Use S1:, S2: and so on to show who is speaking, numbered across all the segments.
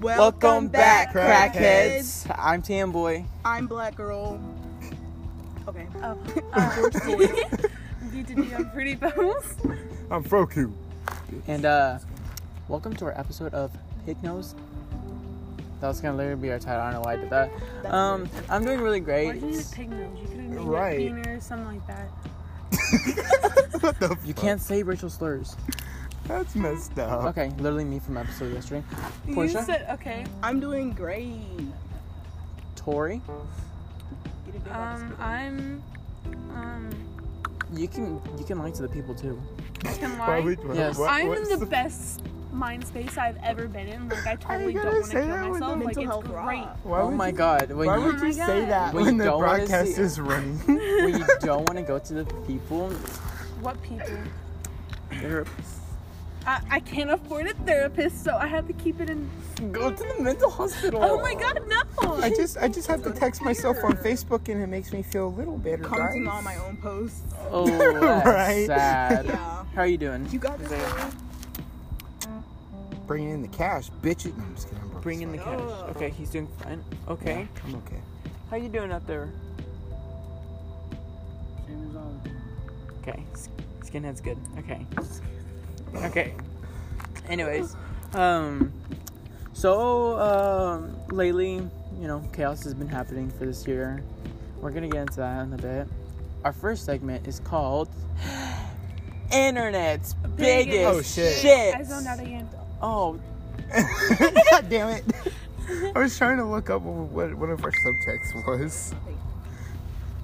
S1: Welcome, back, crackheads. I'm Tamboy.
S2: I'm Black Girl. Okay.
S3: Oh, um, you did be on Pretty Bones.
S4: I'm Froku.
S1: And uh welcome to our episode of Pig Nose. That was gonna literally be our title. I don't know why I did that. Um I'm doing really
S3: Why
S1: great.
S3: did you use pig nose? You could have named
S4: Right.
S3: it beaner or something like that.
S4: What the
S1: You
S4: fuck?
S1: can't say racial slurs.
S4: That's messed up.
S1: Okay, literally me from episode yesterday.
S3: You
S1: Portia,
S3: said okay.
S2: I'm doing great.
S1: Tori,
S2: Get a good
S3: Um, I'm. Um,
S1: you can you can lie to the people too.
S3: can
S4: Why
S3: lie.
S4: would- why-
S1: Yes.
S4: why-
S3: I'm in
S4: what's
S3: the best mind space I've ever been in. Like I totally
S4: gotta
S3: don't want to
S4: say
S3: kill
S4: that with
S3: myself.
S4: the
S3: Like
S2: mental
S3: it's
S2: health
S3: great.
S2: raw.
S4: Why
S1: Oh
S4: would
S1: my
S4: you,
S1: god, when
S4: Why
S1: you
S4: would
S3: Oh
S4: you
S3: my
S4: say
S3: God.
S4: that
S1: When
S4: when,
S1: you
S4: the
S1: don't wanna see
S4: broadcast
S1: it.
S4: is running?
S1: when you don't want to go to the people,
S3: What people?
S1: you're-
S3: I, I can't afford a therapist, so I have to keep it in.
S1: go to the mental hospital.
S3: Oh my god, no!
S4: I just I just have to text myself on Facebook and it makes me feel a little better,
S2: Commenting
S4: guys.
S2: on my own posts.
S1: Oh, that's
S4: Right?
S1: sad.
S2: Yeah.
S1: How are you doing?
S2: You got this. girl.
S4: Bringing in the cash, bitch. No, I'm just kidding. I'm broke
S1: Bring
S4: as
S1: in the
S4: fuck.
S1: cash. Okay, he's doing fine. Okay.
S4: I'm okay.
S1: How you doing up there? Okay. s- Skinhead's good. Okay. Okay. Anyways, um, so um, lately, you know, chaos has been happening for this year. We're gonna get into that in a bit. Our first segment is called Internet's
S3: Biggest
S1: biggest
S4: Oh, shit.
S1: shit.
S3: I zoned out again.
S1: Oh,
S4: God damn it. I was trying to look up what one of our subjects was.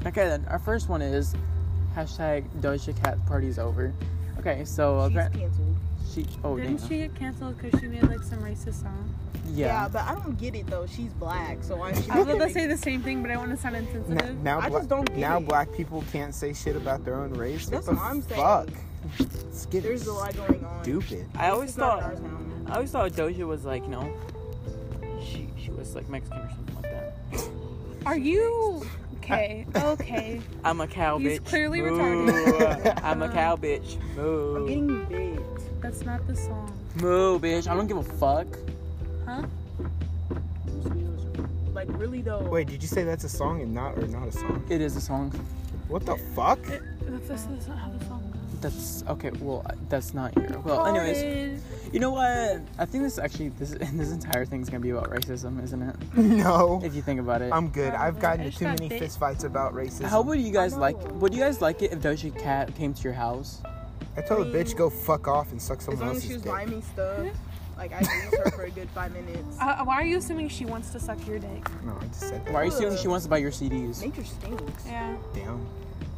S1: Okay, then our first one is hashtag Doja Cat party's over. Okay, so
S2: She's
S1: appar-
S2: canceled.
S1: she oh
S3: Didn't
S1: damn.
S3: she get canceled because she made like some racist song?
S2: Yeah.
S1: yeah.
S2: but I don't get it though. She's black, so why is she?
S3: I was about to
S2: making-
S3: say the same thing, but I want to sound
S4: Now,
S3: insensitive.
S4: now
S2: I
S4: bla-
S2: just don't get
S4: now
S2: it.
S4: black people can't say shit about their own race.
S2: That's
S4: what the
S2: what I'm saying.
S4: fuck? Let's get
S2: There's a lot going on.
S4: stupid.
S1: I always
S2: It's not in
S1: thought
S2: our town.
S1: I always thought Doja was like you know, she she was like Mexican or something like that.
S3: Are you okay? Okay.
S1: I'm a cow
S3: He's
S1: bitch.
S3: clearly
S1: Moo.
S3: retarded.
S1: I'm a cow bitch. Moo.
S2: I'm getting bit.
S3: That's not the song.
S1: Moo bitch. I don't give a fuck.
S3: Huh?
S2: Like really though.
S4: Wait, did you say that's a song and not or not a song?
S1: It is a song.
S4: What the fuck?
S3: It, that's, that's, that's not how the song goes.
S1: That's okay. Well, that's not your. Well, anyways, you know what? I think this actually this this entire thing's gonna be about racism, isn't it?
S4: No.
S1: If you think about it.
S4: I'm good. I've gotten
S3: I
S4: to
S3: just
S4: too
S3: got
S4: many
S3: bit.
S4: fistfights about racism.
S1: How would you guys
S2: I
S1: like?
S2: know.
S1: Would you guys like it if Doja Cat came to your house?
S4: I told a bitch go fuck off and suck
S2: As
S4: someone
S2: long as she
S4: else's
S2: was
S4: dick.
S2: buying me stuff, like I used her for a good five minutes.
S3: Uh, why are you assuming she wants to suck your dick?
S4: No, I just said
S1: Why are
S4: that.
S1: you assuming she wants to buy your CDs?
S2: Nature stinks.
S3: Yeah,
S4: Damn.
S3: it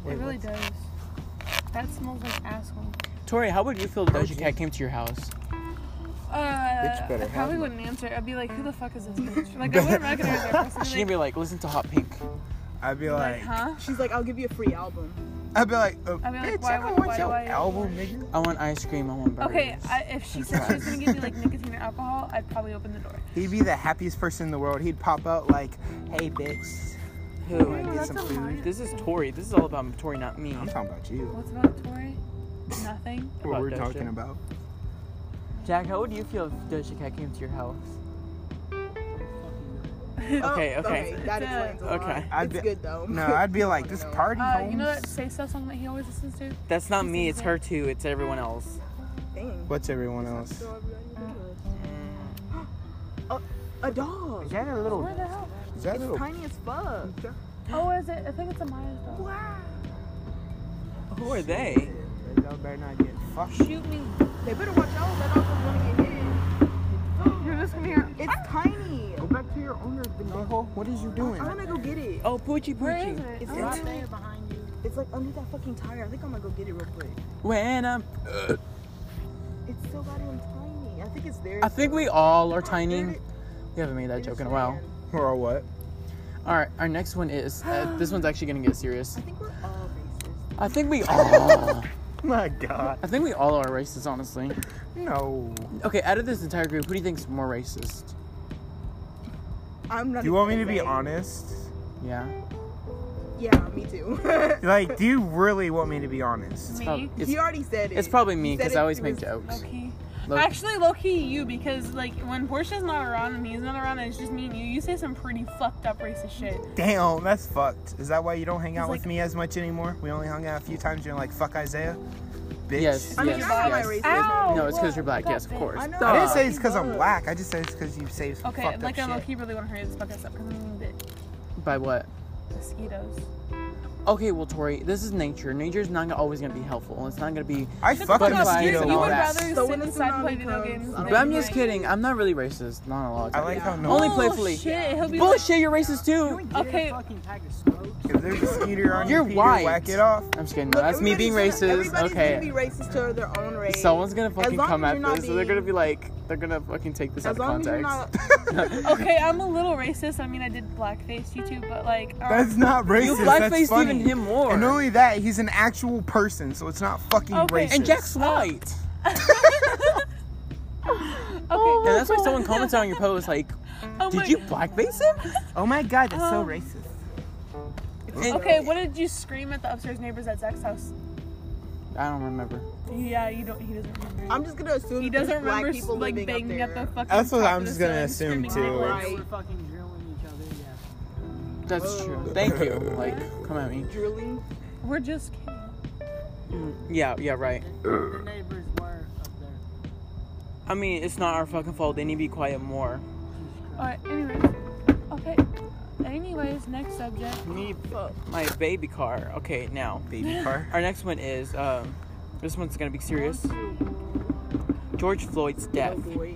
S4: Wait,
S3: really
S4: what?
S3: does. That smells like asshole.
S1: Tori, how would you feel if
S4: Oh,
S1: Doja
S4: gee.
S1: Cat came to your house?
S3: Uh,
S4: better
S3: I probably
S4: have
S3: wouldn't answer. I'd be like, who the fuck is this bitch? Like, I wouldn't recognize that person.
S1: She'd
S3: I'd be
S1: be like, listen to Hot Pink.
S4: I'd be
S3: like,
S4: like,
S3: like, huh?
S2: She's like, I'll give you a free album.
S4: I'd be like, uh,
S3: I'd be like,
S4: bitch,
S3: why
S4: I don't
S3: would-
S4: want
S3: why do
S4: your
S3: I-
S4: album, nigga.
S1: I want ice cream. I want burgers.
S3: Okay, I, if she said she was gonna give me like nicotine or alcohol, I'd probably open the door.
S4: He'd be the happiest person in the world. He'd pop out like, hey, bitch.
S1: Who?
S4: Get
S3: that's
S4: some
S3: a
S4: food.
S3: lie.
S1: This is Tori. This is all about Tori, not me.
S4: I'm talking about you.
S3: What's about Tori? Nothing.
S4: What
S1: About
S4: we're
S1: Doja.
S4: talking about.
S1: Jack, how would you feel if Doja Cat came to your house?
S2: Oh,
S1: Okay, okay.
S2: that
S3: It's a-
S2: explains a lot.
S1: okay.
S4: I'd
S2: It's
S4: be-
S2: good though.
S4: No, I'd be like, this party
S3: Uh,
S4: homes.
S3: you know that say stuff song that he always listens to?
S1: That's not me. It's her too. It's everyone else.
S2: Dang.
S4: What's everyone else?
S2: So everybody knows. A- A dog.
S4: that a little?
S3: Where the hell?
S4: Is that a little?
S2: Tiny as fuck.
S3: Oh, is it? I think it's a Myers dog.
S2: Wow.
S1: Who are they?
S4: Y'all better not get fucked.
S3: Shoot me.
S2: They better watch out. That dog's gonna get hit.
S3: You're just gonna hear.
S2: It's tiny.
S4: Go back to your owner's binocle. What is you doing?
S2: I wanna go get it.
S1: Oh, Poochie
S3: Where is
S1: Poochie.
S3: it?
S2: It's
S3: Oh,
S2: right there behind you. It's like under that fucking tire. I think I'm gonna go get it real quick.
S1: When I'm,
S2: It's so goddamn tiny. I think it's there.
S1: I think we all are tiny. We haven't made that joke in a while.
S4: Or what?
S1: All right, our next one is. Uh, this one's actually gonna get serious.
S2: I think we're all racist.
S1: I think we all.
S4: My God.
S1: I think we all are racist, honestly.
S4: No.
S1: Okay, out of this entire group, who do you think's more racist?
S2: I'm not.
S4: Do you want me to
S2: even
S4: be
S2: saying-
S4: honest?
S1: Yeah.
S2: Yeah, me too.
S4: Like, do you really want me to be honest?
S3: Me?
S1: It's,
S2: he already said it.
S1: it's probably me
S2: He said
S1: because
S2: it
S1: I always
S2: through
S1: make
S2: his-
S1: jokes.
S3: Okay.
S1: Low-
S3: Actually, low key, you because like when Portia's not around and he's not around, and it's just me and you. You say some pretty fucked up racist shit.
S4: Damn, that's fucked. Is that why you don't hang out
S3: He's
S4: with
S3: like-
S4: me as much anymore? We only hung out a few times. You're like, fuck Isaiah, bitch.
S1: Yes,
S2: I mean,
S1: yes,
S2: I have my
S1: yes.
S2: reasons.
S3: Ow!
S1: No, it's because you're
S3: What
S1: black.
S3: the
S1: Yes, of
S3: fuck?
S1: course.
S2: I know.
S4: I didn't say it's
S2: He
S4: because I'm
S2: was.
S4: black. I just said it's because you say some
S3: Okay,
S4: fucked
S3: like I
S4: up
S3: low
S4: shit.
S3: key really want to hurry this podcast up because I'm gonna get
S1: By what?
S3: mosquitoes.
S1: Okay, well, Tori, this is nature. Nature's not always gonna be helpful. It's not gonna be.
S4: I
S1: fuck
S4: fuck with
S1: up,
S4: mosquito
S1: you-
S4: and
S1: you
S4: all
S1: would
S4: that.
S3: rather
S2: So
S3: sit
S2: when the
S3: inside and play
S2: tsunami
S3: video
S2: comes,
S3: games.
S2: I don't
S1: But I'm just kidding. I'm not really racist. Not a lot. Of
S4: I
S1: time.
S4: like how no.
S1: Only playfully.
S3: Oh, Shit, he'll be
S1: Bullshit, you're racist too.
S3: Okay.
S4: If there's a skeeter on
S1: You're
S4: your Peter,
S1: white.
S4: whack it off.
S1: I'm just kidding. No, that's me being
S2: everybody's gonna-
S1: racist.
S2: Everybody's
S1: Okay.
S2: gonna be racist to their own race.
S1: Someone's gonna fucking
S2: long as
S1: come
S2: you're
S1: at
S2: not
S1: this, and they're
S2: being-
S1: gonna be like, they're gonna fucking take this
S2: as
S1: out of
S2: long as you're
S1: context.
S2: not.
S3: Okay, I'm a little racist. I mean, I did blackface you too, but like, um,
S4: That's not racist.
S1: you
S4: that's
S1: blackfaced
S4: funny.
S1: even him more.
S4: And not only that, he's an actual person, so it's not fucking
S3: Okay.
S4: racist.
S1: And Jack's white.
S3: okay.
S2: Oh
S1: and that's why someone commented on your post like,
S3: Oh my-
S1: did you blackface him?
S4: oh my god, that's so
S3: Um,
S4: racist.
S1: And-
S3: Okay, what did you scream at the upstairs neighbors at Zach's house?
S1: I don't remember.
S3: Yeah, you don't. He doesn't remember.
S2: I'm just gonna assume
S3: he doesn't
S2: there's black
S3: remember
S2: people
S3: like
S2: living
S3: banging
S2: up
S3: up,
S2: there.
S3: the fucking.
S4: That's what
S3: top
S4: I'm
S3: of the
S4: just gonna
S3: sun,
S4: assume,
S3: screaming
S4: too.
S3: Hitler.
S2: Right.
S5: We're fucking drilling each other, yeah.
S1: That's
S3: Oh.
S1: true. Thank you. Like, come at me.
S2: drilling.
S3: We're just kidding. Mm.
S1: Yeah, yeah, right.
S5: The, the neighbors were up there.
S1: I mean, it's not our fucking fault. They need to be quiet more.
S3: Alright, anyways. Okay. Anyways, next subject.
S1: Me, my baby car. Okay, now
S4: Baby car.
S1: our next one is um, this one's gonna be serious. George Floyd's death.
S2: Oh boy.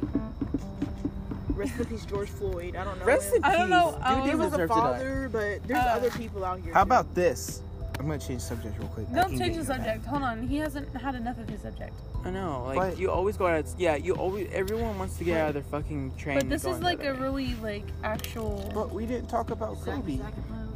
S2: Rest in peace, George Floyd. I don't know.
S1: Rest in
S3: I don't know,
S1: peace.
S3: um,
S1: Dude
S2: He
S1: didn't
S2: was a
S1: deserve to die.
S2: father, but there's
S3: Uh,
S2: other people out here.
S4: How
S2: too.
S4: about this? I'm gonna change subject real quick. I
S3: Don't
S4: can
S3: change
S4: get
S3: the
S4: you back.
S3: subject. Hold on. He hasn't had enough of his subject.
S1: I know, like
S4: But-
S1: you always go out. Yeah, you always. Everyone wants to get out of their fucking train.
S3: But
S1: and
S3: this
S1: go
S3: is
S1: another
S3: like a
S1: way.
S3: really like actual
S4: But we didn't talk about Kobe.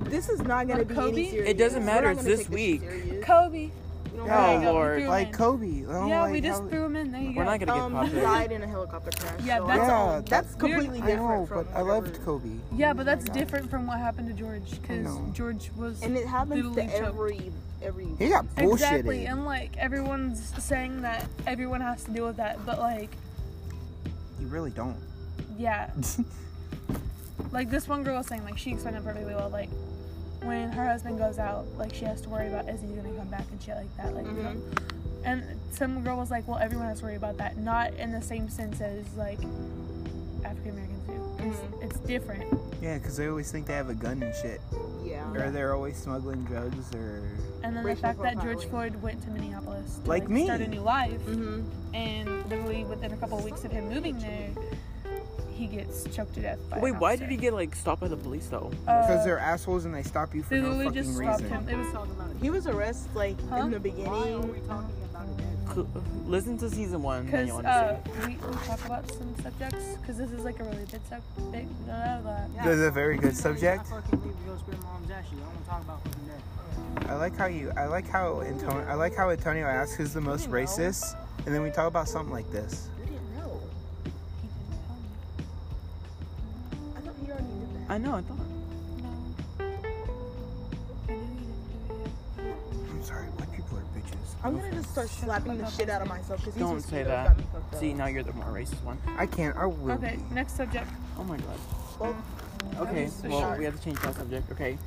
S2: This is not gonna
S3: Like
S2: be
S3: Kobe?
S2: any
S3: It
S2: serious.
S1: doesn't
S2: We're
S1: matter,
S2: not
S1: it's
S2: gonna
S1: this
S2: take shit
S1: week.
S2: serious.
S3: Kobe.
S2: We don't
S1: Oh,
S2: have
S3: Yeah,
S2: to-
S3: we
S1: Lord.
S3: threw him
S4: Like
S3: in.
S4: Kobe. I don't
S3: Yeah,
S4: like
S3: we just
S4: how-
S3: threw him in. There you
S1: We're
S3: go.
S1: not gonna
S2: um,
S1: get
S2: he
S1: popular.
S2: died in a helicopter crash.
S3: Yeah,
S2: so
S3: that's
S2: that's,
S4: all-
S2: that's
S4: that's-
S2: completely
S4: I
S2: different.
S4: know,
S2: from
S4: but I
S2: whatever-
S4: loved Kobe.
S3: yeah, but that's
S4: God.
S3: different from what happened to George because
S4: know.
S3: George was
S2: And it happens to
S3: literally choked.
S2: every every.
S4: He got bullshitted.
S3: Exactly, and like everyone's saying that everyone has to deal with that, but like,
S4: You really don't.
S3: yeah, like this one girl was saying like she explained it perfectly well like when her husband goes out like she has to worry about is he gonna come back and shit like that like you know? and some girl was like well everyone has to worry about that not in the same sense as like african americans do it's, it's different
S4: yeah, because they always think they have a gun and shit,
S2: yeah.
S4: or they're always smuggling drugs, or
S3: and then the
S2: Racial
S3: fact that george
S2: profiling.
S3: floyd went to minneapolis to,
S4: Like me.
S3: start a new life
S2: Mm-hmm.
S3: and literally within a couple of weeks of him moving there he gets choked to death by
S1: Wait,
S3: an
S1: why
S3: officer.
S1: did he get like stopped by the police though?
S3: Uh,
S4: because they're assholes and they stop you for
S3: they
S4: no
S3: literally
S4: fucking
S3: just stopped
S4: reason.
S3: him it was
S5: talking about
S2: He was arrested like
S3: Huh?
S2: in the
S5: Why are
S2: beginning.
S5: we talking about it? then?
S1: Cl- Listen to season one. then
S3: Because
S1: you'll
S3: uh,
S1: understand.
S3: we, we talk about some subjects, because this is like a really big subject. Big, blah, blah, blah.
S5: Yeah,
S4: That's a
S5: fuck
S4: very
S5: it.
S4: good
S5: You know,
S4: subject.
S5: I fucking leave to go spend mom's ashes. I don't want to talk about fucking that.
S4: I like how you. I like how Antonio. I like how Antonio asks who's the most racist, and then we talk about something like this.
S2: You didn't know.
S3: He didn't tell me.
S2: I thought he already knew
S3: uh,
S2: that.
S1: I know. I thought.
S3: I knew he didn't do it.
S4: I'm sorry, white people are bitches.
S2: I'm gonna just start slapping the shit out of myself because
S1: Don't say that. See, now you're the more racist one.
S4: I can't. I will.
S3: Okay,
S4: be.
S3: next subject.
S1: Oh my god.
S2: Well,
S1: Okay,
S2: was so
S1: well,
S2: sharp.
S1: we have to change that subject. Okay.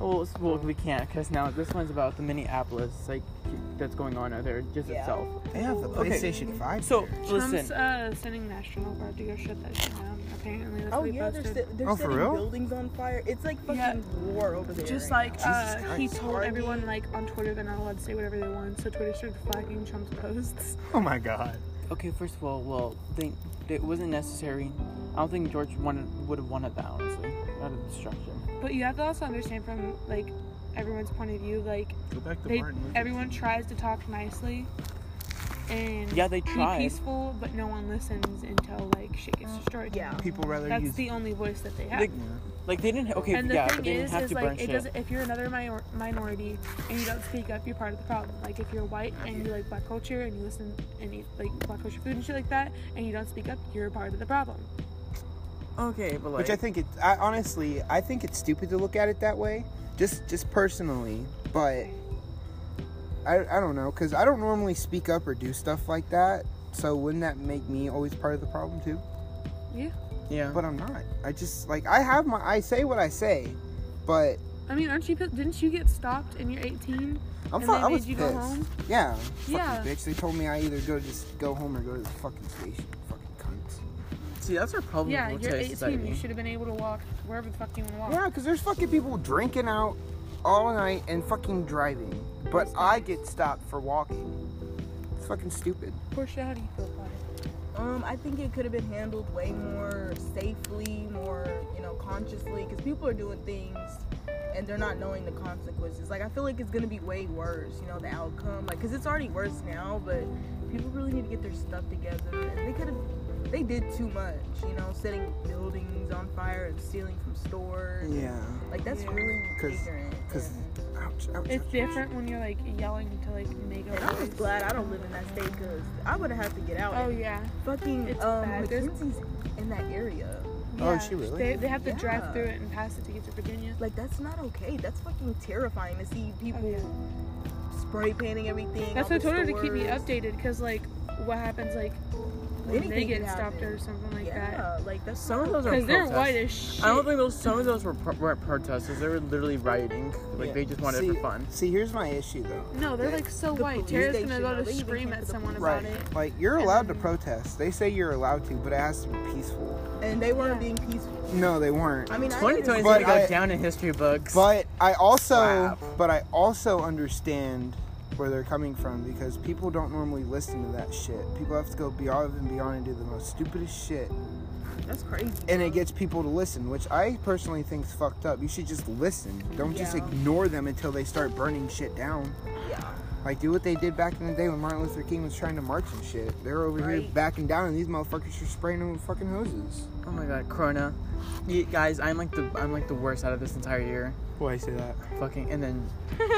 S1: Well, s- well we can't because now this one's about the Minneapolis like that's going on out there just
S2: Yeah.
S1: itself.
S4: They have the
S1: Okay.
S4: PlayStation Five.
S1: So
S4: here.
S1: listen,
S3: Trump's uh, sending National Guard to go shut that shit down. Apparently, that's
S2: Oh
S3: what he
S2: yeah, they're,
S3: posted.
S2: set, they're
S4: Oh, for
S2: setting
S4: real?
S2: buildings on fire. It's like fucking
S3: Yeah.
S2: war over there.
S3: Just
S2: right
S3: like
S2: now.
S4: Jesus
S3: uh, he
S4: Christ.
S3: told
S2: Army.
S3: everyone like on Twitter they're not allowed to say whatever they want, so Twitter started flagging Trump's posts.
S4: oh my god.
S1: okay, first of all, well, think it wasn't necessary. I don't think George wanted would have wanted that honestly, out of destruction.
S3: But you have to also understand from like everyone's point of view, like
S4: Go back to
S3: they,
S4: Martin Luther
S3: everyone tries to talk nicely and
S1: Yeah, they
S3: be
S1: tried.
S3: peaceful, but no one listens until like shit gets destroyed.
S2: yeah.
S4: People rather
S3: that's
S4: use.
S3: the only voice that they have.
S1: Like, like they didn't. Okay,
S3: and the
S1: yeah, but
S3: thing
S1: they didn't
S3: is,
S1: have
S3: is
S1: to burn
S3: like it
S1: shit.
S3: doesn't. If you're another minor- minority and you don't speak up, you're part of the problem. Like if you're white and you like black culture and you listen and eat like black culture food and shit like that, and you don't speak up, you're part of the problem.
S1: Okay, but like
S4: Which I think it. I honestly, I think it's stupid to look at it that way. Just, just personally, but I, I don't know because I don't normally speak up or do stuff like that. So wouldn't that make me always part of the problem too?
S1: Yeah.
S4: But I'm not. I just like I have my I say what I say, but
S3: I mean, aren't you? pi- Didn't you get stopped and you're 18?
S4: I'm
S3: And
S4: fu-
S3: they
S4: I
S3: made
S4: was
S3: you
S4: pissed.
S3: go home?
S4: Yeah, fucking
S3: Yeah.
S4: bitch. They told me I either go just go home or go to the fucking station. Fucking cunts.
S1: See, that's our problem.
S3: yeah,
S1: with
S3: you're
S1: today's
S3: 18.
S1: society.
S3: You should have been able to walk wherever the fuck you want to walk.
S4: Yeah, because there's fucking people drinking out all night and fucking driving, but I get stopped for walking. It's fucking stupid.
S3: Poor shit, how do you feel about it?
S2: Um, I think it could have been handled way more safely, more you know consciously, because people are doing things and they're not knowing the consequences. Like I feel like it's gonna be way worse, you know, the outcome. Like, cause it's already worse now, but people really need to get their stuff together. And they could have, they did too much, you know, setting buildings on fire and stealing from stores.
S4: Yeah.
S2: Like that's really
S4: 'Cause-
S2: ignorant.
S4: 'cause-
S2: and-
S4: Ouch, ouch,
S3: It's
S4: ouch.
S3: different when you're like yelling to like make
S2: and
S3: a
S2: I'm
S3: noise.
S2: just glad I don't live in that state, cause I would have had to get out.
S3: Oh yeah.
S2: fucking
S3: It's
S2: um,
S3: bad. There's-
S2: McKinsey's in that area.
S4: Oh,
S3: Yeah,
S4: is she really?
S3: They, they have to drive
S2: Yeah.
S3: through it and pass it to get to Virginia.
S2: Like that's not okay. That's fucking terrifying to see people
S4: Oh,
S3: yeah.
S2: spray painting everything.
S3: That's
S2: all
S3: why
S2: the
S3: I told her to keep me
S2: stores.
S3: updated because like what happens like when
S2: Anything
S3: they
S2: can
S3: get stopped
S2: happen.
S3: or something like that.
S2: yeah, like that's
S1: Some of
S2: not-
S1: those are
S3: Because they're
S1: protests.
S3: white as shit.
S1: I don't think those. Some of those were, pro- were protesters. They were literally rioting. Like
S4: Yeah.
S1: they just wanted
S4: see,
S1: it for fun.
S4: See, here's my issue though.
S3: No, they're like so
S2: The
S3: white.
S2: police
S3: Tara's
S2: station,
S3: gonna
S2: though,
S3: go
S2: they
S3: to
S2: even
S3: scream
S2: came
S3: at
S2: to the
S3: someone
S4: Right.
S3: about it.
S4: Like you're
S3: And
S4: allowed to
S3: then-
S4: protest. They say you're allowed to, but it has to be peaceful.
S2: and they weren't
S3: Yeah.
S2: being peaceful.
S4: No, they weren't.
S2: I mean, I
S1: 2020 is
S4: But
S1: gonna
S2: understand-
S1: go
S4: I-
S1: down in history books.
S4: But I also,
S1: Wow.
S4: but I also understand where they're coming from because people don't normally listen to that shit. People have to go beyond and beyond and do the most stupidest shit,
S2: that's crazy.
S4: and it
S2: bro.
S4: gets people to listen, which I personally think's fucked up. You should just listen. Don't just
S2: Yeah.
S4: ignore them until they start burning shit down.
S2: yeah.
S4: Like do what they did back in the day when Martin Luther King was trying to march and shit. They're over here
S2: Right.
S4: backing down, and these motherfuckers are spraying them with fucking hoses.
S1: oh my god, Corona. You, guys, I'm like the I'm like the worst out of this entire year.
S4: Why say that?
S1: Fucking and then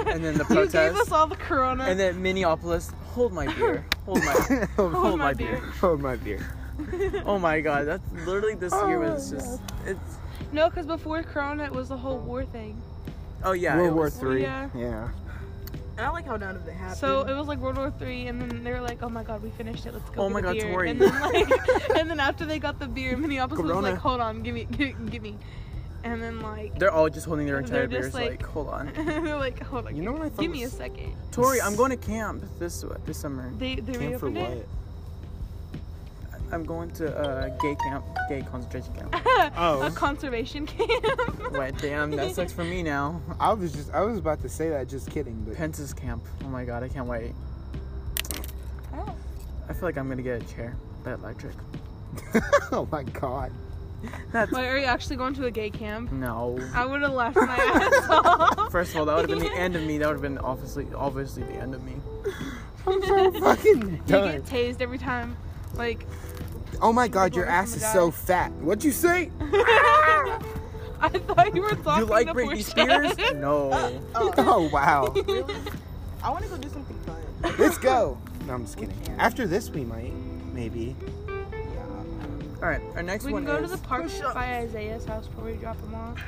S1: and then the
S3: You gave
S1: protests
S3: us all the corona.
S1: and then Minneapolis. Hold my beer. Hold my
S4: Hold
S1: hold my beer.
S4: my beer.
S1: Oh my god, that's literally this year
S3: Oh,
S1: was just it's.
S3: No, because before corona, it was the whole war thing.
S1: Oh yeah, it
S4: World War
S1: was-
S4: Three.
S3: Yeah.
S4: yeah.
S2: And I like how none of it happened.
S3: So it was like World War Three, and then they were like, "Oh my God, we finished it. Let's go."
S1: Oh
S3: get
S1: my
S3: a
S1: God,
S3: beer.
S1: Tori.
S3: And then like, and then after they got the beer, Minneapolis was
S1: Corona.
S3: like, "Hold on, give me, give, give me," and then like,
S1: They're all just holding their entire
S3: They're
S1: beers.
S3: just
S1: Like,
S3: like-
S1: hold on,
S3: they're like, "Hold on,
S4: You know what I
S3: give,
S4: thought
S3: me a
S4: was-
S3: second.
S1: Tori. I'm going to camp this this summer.
S3: They they reopened it.
S1: I'm going to uh, gay camp, gay concentration camp.
S4: Oh.
S3: a conservation camp.
S1: Wait, damn, that sucks for me now.
S4: I was just I was about to say that just kidding, but
S1: Pence's camp. Oh my god, I can't wait.
S3: Oh.
S1: I feel like I'm gonna get a chair. That electric.
S4: oh my god.
S1: That's
S3: Wait, are you actually going to a gay camp?
S1: no.
S3: I would have laughed my ass off.
S1: First of all, that would have been the end of me. That would have been obviously, obviously the end of me.
S4: I'm so fucking
S3: You
S4: done.
S3: get tased every time, like.
S4: Oh my god, your
S3: Going from
S4: ass
S3: a
S4: is
S3: guy.
S4: so fat. What'd you say?
S3: I thought you were talking
S1: You like
S3: to
S1: Britney
S3: Portia.
S1: Spears? No.
S4: Oh wow.
S2: I want to go do something fun.
S4: Let's go. No, I'm just kidding. After this we might. Maybe.
S1: All right, our next
S3: We
S1: one
S3: can go to
S1: is
S3: the park by Isaiah's house before we drop him off.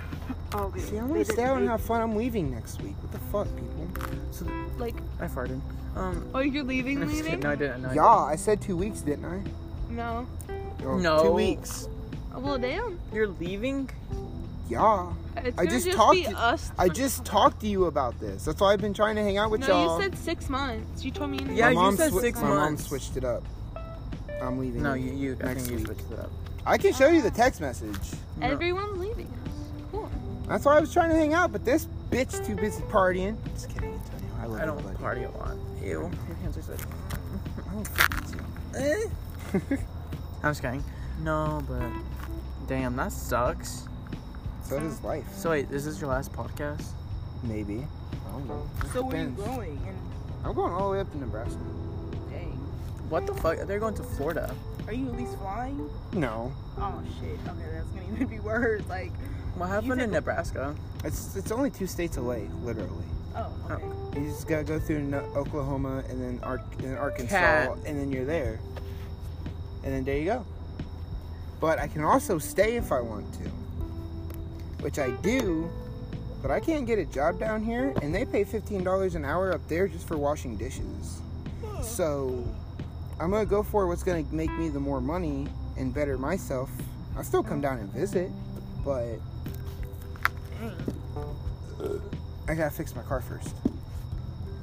S2: Oh, good.
S4: See, I wanna stay out and have fun. I'm leaving next week. What the fuck, people?
S3: Like,
S1: I farted. Um,
S3: oh, you're leaving,
S1: no, just
S3: leaving?
S1: kidding. No, I didn't. No, I
S4: Yeah, I said two weeks, didn't I?
S3: No.
S4: Oh,
S1: No.
S4: Two weeks.
S3: Oh, Well, damn.
S1: didn't. You're leaving?
S4: Yeah.
S3: It's
S4: I
S3: gonna
S4: just
S3: just
S4: talked
S3: be
S4: to-
S3: us.
S4: I
S3: for-
S4: just talked to you about this. That's why I've been trying to hang out with
S3: No,
S4: y'all.
S3: you said six months. You told me.
S1: Yeah,
S4: my
S1: you
S4: mom
S1: said
S4: swi-
S1: six
S4: my mom
S1: months.
S4: switched it up. I'm leaving.
S1: No, you. you I
S4: Next
S1: think you
S4: week.
S1: switched it up.
S4: I can show you the text message.
S1: No.
S3: Everyone's leaving us. Cool.
S4: That's why I was trying to hang out, but this bitch too busy partying. Just kidding, Antonio. I love
S1: I
S4: you,
S1: don't
S4: buddy.
S1: party a lot. Ew, your hands are sick.
S4: I don't fucking do.
S1: Eh. I'm just kidding. No, but damn, that sucks.
S4: So does life.
S1: So wait, is this your last podcast?
S4: Maybe. I don't know. Just
S2: So where are you
S4: depends.
S2: going? And
S4: I'm going all the way up to Nebraska.
S2: dang,
S1: What the fuck? They're going to Florida.
S2: are you at least flying?
S4: No,
S2: Oh shit. Okay, that's gonna even be worse. Like,
S1: What happened
S2: said-
S1: in Nebraska?
S4: it's it's only two states away, literally.
S2: oh, okay.
S4: You just gotta go through no- Oklahoma and then, Ar- and then Arkansas,
S1: Cat.
S4: and then you're there. And then there you go. But I can also stay if I want to, which I do But I can't get a job down here, and they pay $15 an hour up there just for washing dishes. So I'm gonna go for what's gonna make me the more money and better myself. I'll still come down and visit, but I gotta fix my car first.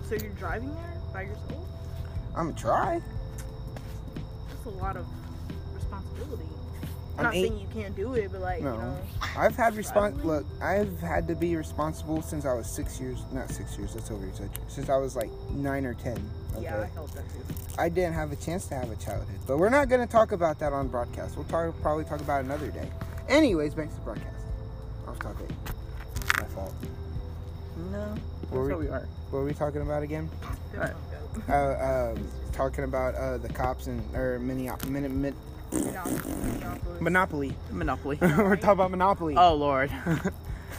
S2: So you're driving there by yourself?
S4: I'm gonna try.
S2: That's a lot of responsibility. I'm
S4: I'm
S2: not
S4: eight-
S2: saying you can't do it, but like,
S4: No.
S2: you know,
S4: I've had respons.
S2: Driving?
S4: Look, I've had to be responsible since I was six years. Not six years. That's over exaggeration. Since I was like nine or ten. Okay.
S2: yeah, I felt that too.
S4: I didn't have a chance to have a childhood. But we're not going to talk about that on broadcast. We'll talk, probably talk about it another day. Anyways, back to broadcast. Off topic. My fault.
S1: No, that's
S4: Were we-
S1: what we are.
S4: What were we talking about again?
S1: Alright.
S4: Uh, um, talking about uh, the cops and or mini, mini, min Monopoly.
S1: Monopoly.
S4: we're talking about Monopoly.
S1: Oh Lord.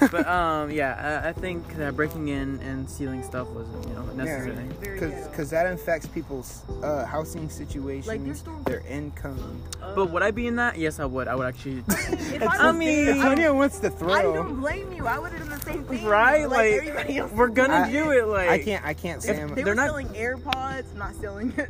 S1: but um, yeah, I, I think that breaking in and stealing stuff was you know necessary.
S4: Because that affects people's uh, housing situations,
S2: still-
S4: their income.
S2: Uh.
S1: But would I be in that? Yes, I would. I would actually.
S2: if
S1: It's-
S2: I,
S1: I
S2: was
S1: mean,
S2: there, I,
S4: Antonio wants to
S2: I
S4: throw.
S2: don't blame you. I would have done the same thing.
S1: right?
S2: like,
S1: Like,
S2: everybody else.
S1: we're gonna
S4: I-
S1: do it. Like
S4: I can't. I can't say.
S2: They
S4: I'm-
S2: were
S1: They're not-
S2: selling AirPods, not selling it.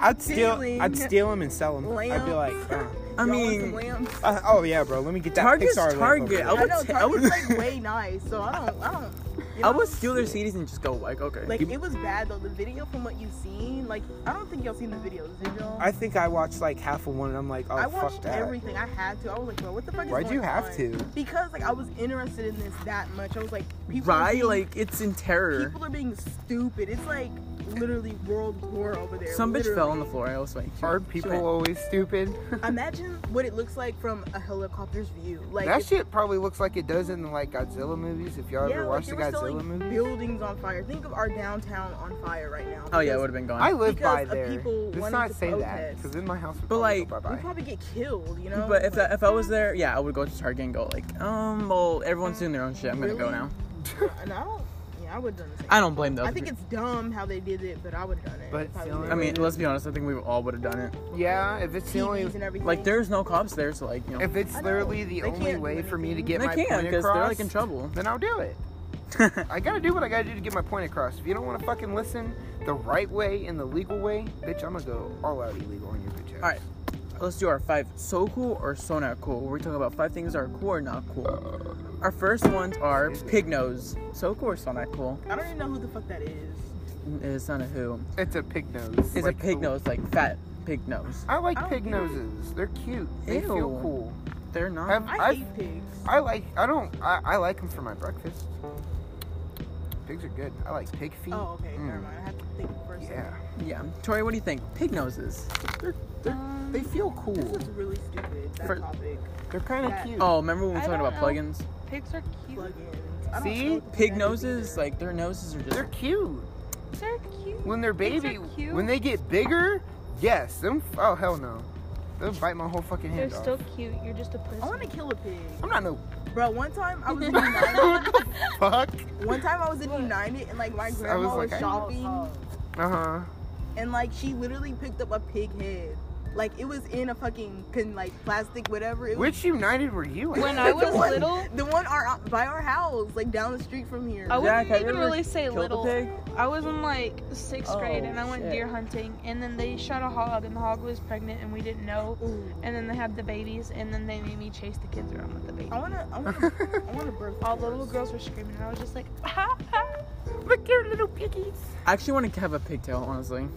S4: I'd steal.
S2: Stealing.
S4: I'd steal them and sell them. I'd be like,
S2: Lamps. Y'all
S1: I
S4: uh,
S2: want some
S1: mean,
S2: lamps?
S4: Uh, oh yeah, bro. Let me get that
S1: Target's
S4: Pixar lamp
S1: Target.
S4: over there.
S1: I
S2: I
S1: would
S2: know
S1: t- I would-
S2: Target's like way nice, so I don't, I don't. you
S1: I
S2: know,
S1: would steal their CDs and just go like, okay.
S2: Like
S1: people-
S2: it was bad though. The video from what you've seen, like I don't think y'all seen the videos, did y'all?
S4: I think I watched like half of one, and I'm like, oh
S2: I
S4: fuck
S2: watched
S4: that.
S2: everything. I had to. I was like, bro, what the fuck is
S4: Why'd you
S2: going
S4: have
S2: on?
S4: to?
S2: Because like I was interested in this that much. I was like, people are
S1: right?
S2: being,
S1: Like it's in terror.
S2: people are being stupid. It's like literally world war over there.
S1: Some bitch
S2: literally.
S1: fell on the floor. I was like, she-
S4: Are
S1: she
S4: people
S1: went-
S4: always stupid?
S2: Imagine what it looks like from a helicopter's view. Like
S4: that
S2: if-
S4: shit probably looks like it does in the like Godzilla movies. If y'all
S2: yeah,
S4: ever
S2: like,
S4: watched
S2: they
S4: the
S2: were
S4: Godzilla
S2: selling
S4: movie,
S2: buildings on fire. Think of our downtown on fire right now.
S1: Oh yeah, it
S2: because
S1: would have been gone.
S4: I live
S2: because
S4: by
S2: of
S4: there.
S2: people
S4: Let's
S2: wanting
S4: not
S2: to
S4: say that
S2: protest.
S4: because in my house,
S1: But, like,
S4: bye
S2: We'd
S4: bye.
S2: probably get killed, you know.
S1: But if
S2: Like,
S1: I, if I was there, yeah, I would go to Target and go like, um, well, everyone's doing their own shit. I'm gonna go
S2: Really?
S1: now.
S2: and I don't, yeah, I would have done the same.
S1: I don't blame those.
S2: I think it's dumb how they did it, but I would have done it.
S4: But
S2: if I,
S4: it's
S2: was
S4: the only
S2: there.
S1: I mean, let's be honest. I think we all would have done it.
S4: Yeah, if it's the
S2: TVs
S4: only,
S2: and everything.
S1: Like there's no cops there, so like you know.
S4: if it's
S2: I know.
S4: literally the
S2: They
S4: only
S2: can't
S4: way
S2: do
S4: for me to
S2: anything.
S4: get
S1: they
S4: my
S1: can
S4: point
S1: because
S4: across,
S1: they're like in trouble.
S4: then I'll do it. I gotta do what I gotta do to get my point across. If you don't want to fucking listen the right way and the legal way, bitch, I'm gonna go all out illegal on your bitch. ass.
S1: All right. Let's do our five so cool or so not cool. We're talking about five things that are cool or not cool. Our first ones are pig nose. So cool or so not cool?
S2: I don't even know who the fuck that is.
S1: It's not a who.
S4: It's a pig nose.
S1: It's
S4: Like
S1: a
S4: the-
S1: pig nose, like fat pig nose.
S4: I like
S2: I don't
S4: pig
S2: get it.
S4: noses. They're cute. They feel
S1: Ew.
S4: cool.
S1: They're not.
S4: Have-
S2: I
S4: I've-
S2: hate pigs.
S4: I like. I don't. I, I like them for my breakfast. Pigs are good. I like pig feet.
S2: Oh, okay,
S4: Mm.
S2: never mind. I have to think for a second.
S4: Yeah.
S1: yeah. Tori, what do you think? Pig noses.
S2: Um,
S4: They feel cool.
S2: this is really stupid. That
S1: For-
S2: topic.
S4: They're kind of
S2: that-
S4: cute.
S1: Oh, remember when we were
S3: I
S1: talking
S3: don't
S1: about plugins?
S3: Pigs are cute.
S2: Plugins. I don't
S4: See?
S2: know what the fuck
S1: Pig
S2: that is
S1: noses,
S2: either.
S1: like their noses are just.
S4: They're cute.
S3: They're cute.
S4: When they're
S3: Pigs are
S4: baby,
S3: cute.
S4: when they get bigger, yes. Them. Oh hell no. They'll bite my whole fucking
S3: They're
S4: hand off.
S3: still cute. You're just a person.
S2: I want to kill a pig,
S4: I'm not no.
S2: bro. One time I was in
S4: what
S2: United.
S4: the fuck?
S2: One time I was in United, and like my
S4: was
S2: grandma was,
S4: like, I-
S2: shopping,
S4: Uh huh.
S2: and like she literally picked up a pig head. Like it was in a fucking can like plastic whatever. It was
S4: Which United were you at?
S3: When I was
S2: one-
S3: little,
S2: The one our, uh, by our house, like down the street from here.
S3: I wouldn't
S1: Zach, have you
S3: even
S1: ever
S3: really say
S1: killed a
S3: little.
S1: pig?
S3: I was in like sixth
S1: Oh,
S3: grade and I went
S1: shit.
S3: deer hunting and then they shot a hog and the hog was pregnant and we didn't know
S2: Ooh.
S3: and then they had the babies and then they made me chase the kids around with the babies.
S2: I wanna, I wanna, I wanna birth.
S3: All the little girls were screaming and I was just like, ha ha,
S4: Look, your little piggies.
S1: I actually want to have a pigtail, honestly.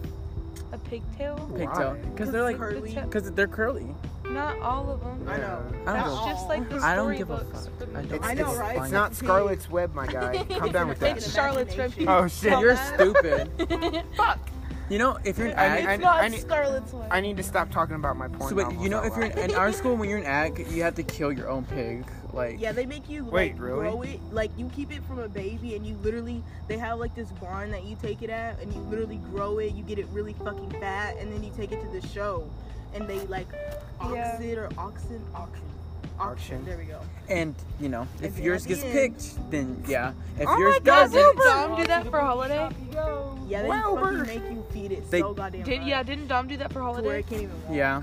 S3: a pigtail.
S1: Pigtail,
S4: Why?
S1: because they're like,
S2: curly.
S3: It's
S1: because they're curly.
S3: Not all of them.
S2: I know.
S1: I don't
S3: That's
S1: know.
S3: just like the
S1: I don't give a
S3: storybooks
S1: fuck.
S3: for me.
S1: I don't.
S2: I know,
S4: it's,
S2: right?
S4: It's not
S2: Pig.
S4: Scarlet's Web, my guy. Calm down with that.
S3: It's Charlotte's Web.
S2: Imagination.
S4: Oh shit.
S1: You're
S3: Dumbass.
S1: stupid. You know, if you're in
S4: I-
S1: ag,
S4: I-
S3: it's not
S4: need-
S3: Scarlet's Web.
S4: I need to stop talking about my porn.
S1: so wait,
S4: novels
S1: you know,
S4: out
S1: if you're in,
S4: loud.
S1: in our school when you're in ag, you have to kill your own pig. Like,
S2: Yeah, they make you like,
S4: Wait, really?
S2: grow it. Like you keep it from a baby, and you literally they have like this barn that you take it at, and you literally grow it. You get it really fucking fat, and then you take it to the show, and they like ox
S3: Yeah.
S2: it or oxen auction.
S4: Auction.
S2: Auction. There we go.
S1: and you know, if
S2: If you're
S1: yours
S2: at
S1: gets
S2: the end.
S1: picked, then yeah. If
S4: Oh my
S1: yours
S4: God,
S1: doesn't,
S3: Didn't Dom do that for holiday?
S2: Yeah, they
S4: Wilbur.
S2: fucking make you feed it
S1: They-
S2: so goddamn.
S3: Did
S2: much
S3: yeah? Didn't Dom do that for
S2: to where
S3: holiday?
S2: it can't even walk.
S1: yeah,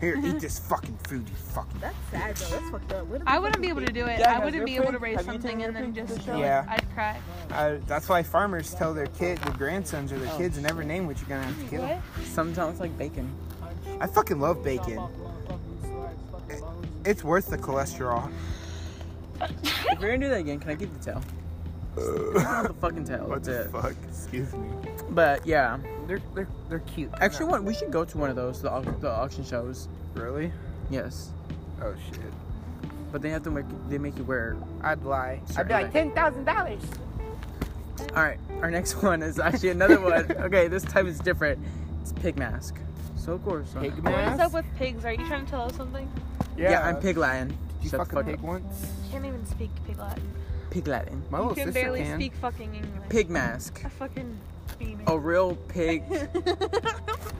S4: Here, eat this fucking food, you fucking.
S2: That's sad though. That's fucked up. What if
S3: I
S2: you
S3: wouldn't
S2: fucking
S3: be able to
S2: think-
S3: do it.
S1: Yeah,
S3: I
S1: has
S3: wouldn't
S1: your
S3: be able to
S1: pig-
S3: raise
S1: have you taken
S3: something
S1: your
S3: and then
S1: pig to
S3: just
S1: show?
S4: Yeah.
S3: I'd cry.
S4: I, that's why farmers tell their kid, their grandsons or their kids, and every name what you're gonna have to kill.
S3: What?
S1: Sometimes like bacon.
S4: I fucking love bacon.
S5: Fucking bones.
S4: It's worth the cholesterol.
S1: If you're gonna do that again, can I get the tail? Not the fucking tail.
S4: what
S1: That's it.
S4: the fuck? Excuse me.
S1: But yeah,
S4: They're they're they're cute.
S1: actually, what we should go to one of those the, au- the auction shows.
S4: Really?
S1: Yes,
S4: Oh shit.
S1: but they have to make they make you wear.
S4: I'd lie.
S1: I'd be like,
S4: ten thousand dollars.
S1: All right, our next one is actually another one. Okay, this time it's different. It's pig mask. So of course. uh,
S4: Pig
S3: What
S4: mask?
S3: is up with pigs? Are you trying to tell us something?
S1: Yeah, I'm pig Latin.
S4: Did you
S1: Shut the
S4: fucking
S1: fuck
S4: pig
S1: up.
S4: once?
S3: I can't even speak pig Latin.
S1: Pig Latin.
S4: My
S3: you
S4: little
S3: can
S4: sister
S3: barely
S4: can.
S3: speak fucking English.
S1: Oh, Pig Oh, mask.
S3: I fucking beam it.
S1: A real pig.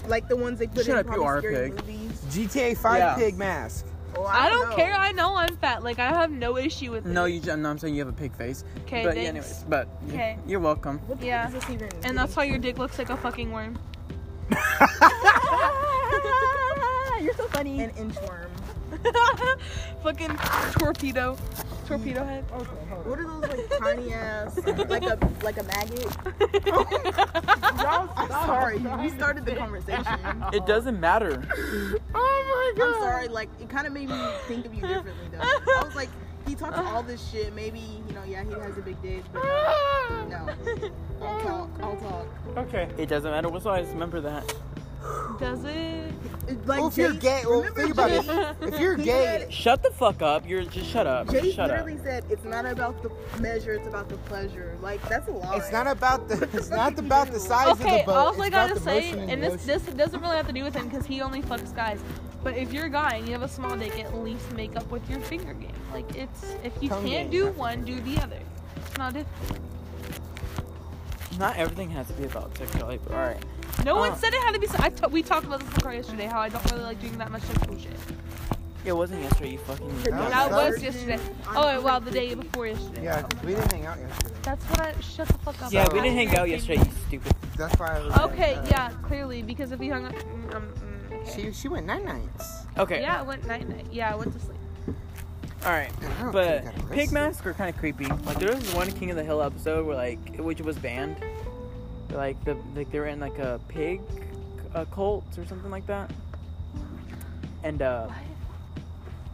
S2: Like the ones they put
S1: Shut
S2: in
S1: up, you
S2: probably
S1: are a
S2: scary
S1: pig.
S2: movies.
S4: GTA 5
S1: Yeah.
S4: pig mask.
S2: Oh,
S3: I don't
S2: know.
S3: care. I know I'm fat. Like I have no issue with it.
S1: No, you. No, I'm saying you have a pig face.
S3: Okay,
S1: but
S3: thanks.
S1: yeah, anyways, but y-
S3: Okay.
S1: you're welcome.
S2: What the
S3: Yeah.
S2: fuck is this even?
S3: And that's why your dick looks like a fucking worm. You're so funny.
S2: an inchworm.
S3: fucking torpedo, torpedo head.
S2: What are those like tiny ass like a like a maggot?
S1: Oh
S3: Oh
S2: I'm sorry, we started the conversation.
S1: It doesn't matter.
S3: Oh my
S2: I'm sorry, like it kind of made me think of you differently though. I was like, he talks all this shit. Maybe you know, yeah, he has a big dick, but no, I'll talk. I'll talk.
S1: Okay. It doesn't matter what size. Remember that.
S3: Does it?
S2: It's Like
S4: well, if you're
S2: Jay-
S4: gay, well,
S2: remember
S4: think about
S2: Jay?
S4: it. If you're
S2: He
S4: gay,
S1: Shut the fuck up. You're just shut up.
S2: Jay
S1: shut up.
S2: literally said it's not about the measure, it's about the pleasure. Like that's a lie.
S4: it's not about the it's not about the size
S3: okay,
S4: of the boat.
S3: all
S4: it's
S3: I
S4: about the
S3: gotta say,
S4: motion in
S3: and
S4: the
S3: this
S4: ocean.
S3: this doesn't really have to do with him because he only fucks guys. But if you're a guy and you have a small dick, at least make up with your finger game. Like it's if you
S4: Tongue
S3: can't
S4: game.
S3: do one, do the other. It's not diff-
S1: Not everything has to be about sexuality. But all right.
S3: No
S1: Uh.
S3: one said it had to be. I t- we talked about this in the car yesterday. How I don't really like doing that much sexual shit.
S1: It wasn't yesterday. You fucking.
S4: Oh,
S3: That
S4: sorry.
S3: was yesterday. Oh well, the day before yesterday.
S4: Yeah, 'cause we didn't hang out yesterday.
S3: That's what I. Shut the fuck up.
S1: Yeah, we didn't hang out yesterday. You stupid.
S4: That's why I was like,
S3: Okay,
S4: uh,
S3: yeah, clearly because if we hung up. mm, Um, mm, okay.
S4: She she went nine nights.
S1: Okay.
S3: Yeah, I went night night. Yeah, I went to sleep.
S1: All right.
S4: And I don't
S1: But
S4: think I've
S1: pig
S4: missed
S1: masks are kind of creepy. Like there was one King of the Hill episode where like which was banned. Like the like they were in like a pig uh cult or something like that. And uh
S4: it.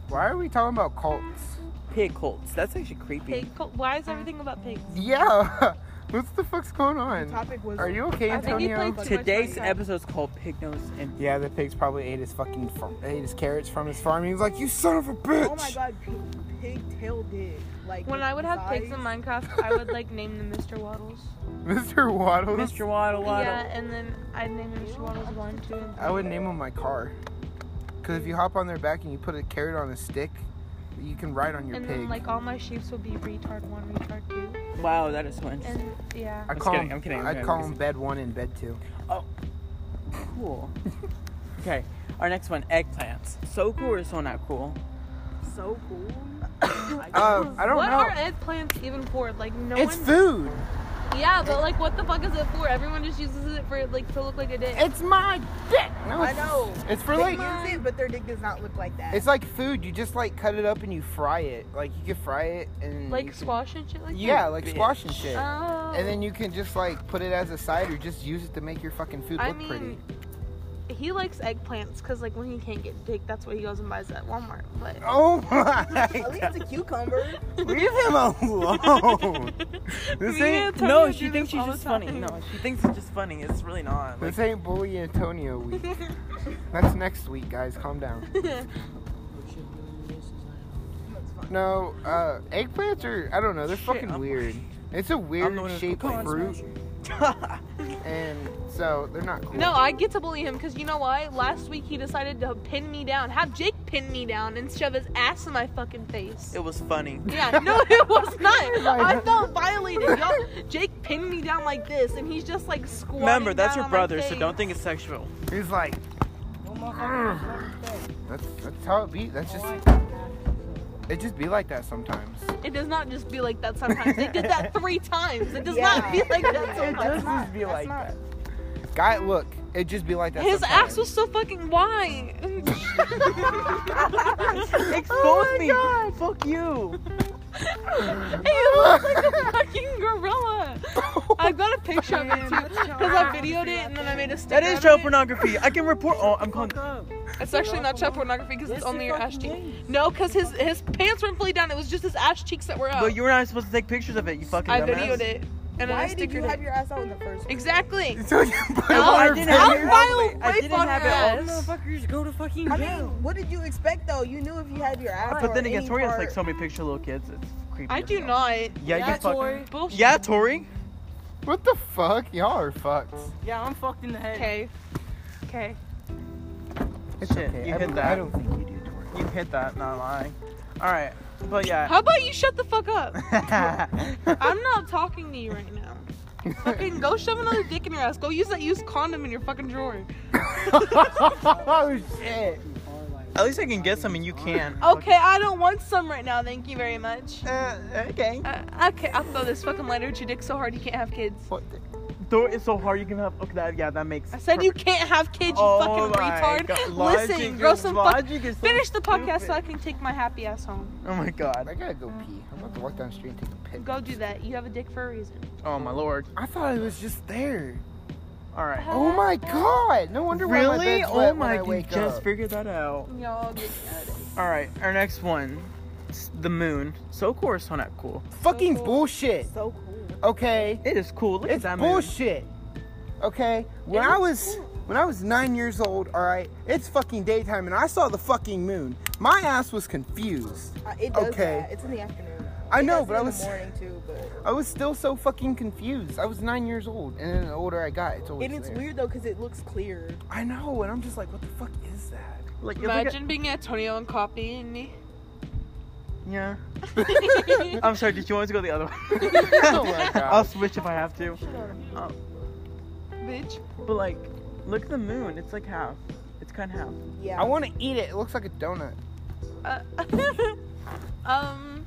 S4: Why are we talking about cults?
S1: pig cults. That's actually creepy.
S3: Pig. cult- Why is everything about pigs?
S4: Yeah. What the fuck's going on?
S2: Topic was
S4: Are you okay,
S3: I think he
S4: Antonio?
S3: played-
S1: Today's episode's called Pig Nose and
S4: Yeah, the pigs probably ate his fucking farm, ate his carrots from his farm. He was like, "You son of a bitch!"
S2: Oh my god, pig- pigtail dick. Like
S3: When I would have pigs in
S2: size.
S3: Minecraft, I would like name them Mr. Waddles.
S4: Mr. Waddles.
S1: Mr. Waddle Waddle.
S3: Yeah, and then I'd name them Mr. Waddles one, two, and
S4: I would name him my car. Cause if you hop on their back and you put a carrot on a stick, you can ride on your
S3: and
S4: pig.
S3: then like all my sheeps would be retard one, retard two,
S1: Wow, that is so interesting.
S3: and yeah.
S4: I
S1: I'm
S4: call
S1: kidding,
S4: him,
S1: I'm kidding, I'm
S4: I'd
S1: kidding,
S4: call
S1: I'm
S4: him bed one and bed two.
S3: Oh
S1: Cool. okay. Our next one, eggplants. So cool or so not cool?
S2: so cool.
S4: Um, I don't
S3: what
S4: know.
S3: are eggplants even for? Like no
S4: it's
S3: one.
S4: food.
S3: Yeah, but like, what the fuck is it for? Everyone just uses it for like to look like a dick.
S4: It's my dick. No,
S2: I
S4: it's,
S2: know.
S4: it's for
S2: They
S4: like.
S2: use it, but their dick does not look like that.
S4: It's like food. You just like cut it up and you fry it. Like you can fry it and you
S3: like
S4: can-
S3: squash and shit like
S4: Yeah, like
S1: bitch.
S4: squash and shit.
S3: that. Oh.
S4: And then you can just like put it as a side or just use it to make your fucking food
S3: I
S4: look
S3: mean,
S4: pretty.
S3: he likes eggplants because like when he can't get dick, that's what he goes and buys at Walmart. But
S4: Oh
S2: At
S4: my!
S2: least it's a cucumber.
S4: Leave him alone. Oh. This
S3: Me
S4: ain't
S3: and Tony
S1: No,
S3: do
S1: she
S3: this
S1: thinks she's
S3: all the
S1: just funny.
S3: time.
S1: No, she thinks it's just funny. It's really not. Like,
S4: This ain't Bully Antonio week. That's next week, guys. Calm down. No, uh, eggplants are, I don't know, they're
S1: Shit,
S4: fucking
S1: I'm-
S4: weird. It's a
S1: I'm
S4: weird
S1: the one who's
S4: shaped
S1: come on,
S4: fruit,
S1: smash.
S4: and so they're not cool.
S3: no, I get to bully him because you know why? Last week he decided to pin me down, have Jake pin me down, and shove his ass in my fucking face.
S1: It was funny.
S3: Yeah, no, it was not. I felt violated, y'all. Jake pinned me down like this, and he's just like squatting.
S1: Remember, that's
S3: down
S1: your
S3: on my
S1: brother, so
S3: face.
S1: don't think it's sexual.
S4: He's like,
S5: No motherfuckers respect.
S4: that's, that's how it be. That's just, it just be like that sometimes.
S3: It does not just be like that sometimes. They did that three times. It does
S2: Yeah.
S3: not be like that
S2: It
S3: sometimes.
S2: does. not- that's not-
S4: Guy, look, it'd just be like that.
S3: His
S4: sometimes.
S3: ass was so fucking wide. Oh
S6: Expose me. Fuck you.
S3: it looks like a fucking gorilla. I've got a picture of it too, because I videoed it and then I made a sticker.
S6: That is
S3: out
S6: child
S3: of it.
S6: pornography. I can report. Oh, I'm calling.
S3: It's actually not child pornography because it's only your ass cheek. No, because his his pants weren't fully down. It was just his ass cheeks that were up.
S6: But you were not supposed to take pictures of it. You fucking
S3: I
S6: dumbass.
S3: videoed it and then I
S2: Why did
S3: stickered
S2: you have
S3: it.
S2: your ass out in the first place?
S3: Exactly.
S4: So you put
S3: No,
S4: one
S3: I
S6: Oh, I
S4: of
S6: didn't
S4: them-
S6: have
S3: I'll
S6: it.
S3: file
S6: I
S3: rape
S6: didn't
S3: on
S6: have
S3: your
S6: it.
S3: ass.
S6: All motherfuckers go to fucking
S2: I
S6: jail.
S2: mean, what did you expect though? You knew if you had your ass.
S6: But then
S2: or
S6: again,
S2: any
S6: Tori has
S2: part-
S6: like so many picture little kids. It's creepy.
S3: I
S6: as
S3: do
S6: hell.
S3: not.
S6: Yeah, you
S5: Yeah,
S6: fuck.
S5: Tori.
S3: Bullshit.
S6: Yeah, Tori.
S4: What the fuck? Y'all are fucked.
S5: Yeah, I'm fucked in the head.
S3: Okay. Okay.
S4: It's
S6: Shit,
S4: okay.
S6: you
S4: I
S6: hit
S4: don't-
S6: that.
S4: I don't think you do, Tori.
S6: You hit that, not lying. All right, but yeah.
S3: How about you shut the fuck up? I'm not talking to you right now. Fucking go shove another dick in your ass. Go use that used condom in your fucking drawer.
S4: oh shit!
S6: At least I can get some, and you can.
S3: Okay, I don't want some right now. Thank you very much.
S6: Uh, okay.
S3: Uh, okay, I'll throw this fucking lighter at your dick so hard you can't have kids.
S4: What the-
S6: Tori is so hard. You can have. Okay, that, yeah, that makes.
S3: I said you can't have kids, you
S6: Oh
S3: fucking
S6: my
S3: retard.
S6: God. Logic
S3: Listen,
S6: is-
S3: grow some fuck.
S6: logic is so
S3: Finish the podcast so I
S6: stupid.
S3: can take my happy ass home.
S6: Oh my god.
S4: I gotta go pee. I'm about to walk down the street and take a piss.
S3: Go do that. You have a dick for a reason.
S6: Oh my lord.
S4: I thought it was just there.
S6: All right.
S4: Oh my god! No wonder why my
S6: Really?
S4: bed's
S6: Oh
S4: wet when
S6: my.
S4: I
S6: You
S4: wake
S6: just
S4: up.
S6: figured that out.
S3: Y'all get out of
S6: All right. Our next one. S- The moon. So cool or so not cool?
S4: Fucking bullshit.
S2: so cool.
S4: Okay.
S6: It is cool. Look
S4: It's
S6: at that
S4: bullshit. Okay. When I was when I was nine years old, all right, it's fucking daytime, and I saw the fucking moon. My ass was confused.
S2: Uh, it does
S4: Okay.
S2: that. It's in the afternoon.
S4: I
S2: It
S4: know,
S2: does
S4: but
S2: it
S4: I
S2: in
S4: was-
S2: the morning too. But
S4: I was still so fucking confused. I was nine years old, and then the older I got, it's always.
S2: and it's
S4: there.
S2: weird though because it looks clear.
S4: I know, and I'm just like, what the fuck is that?
S6: moon. Like, it's like a-
S3: Imagine being Antonio and copying me.
S6: yeah. I'm sorry. Did you want to go the other way?
S4: oh my god.
S6: I'll switch if I have to.
S3: Bitch.
S6: But like, look at the moon. It's like half. It's cut in half.
S2: Yeah.
S4: I want to eat it. It looks like a donut.
S3: Uh, um,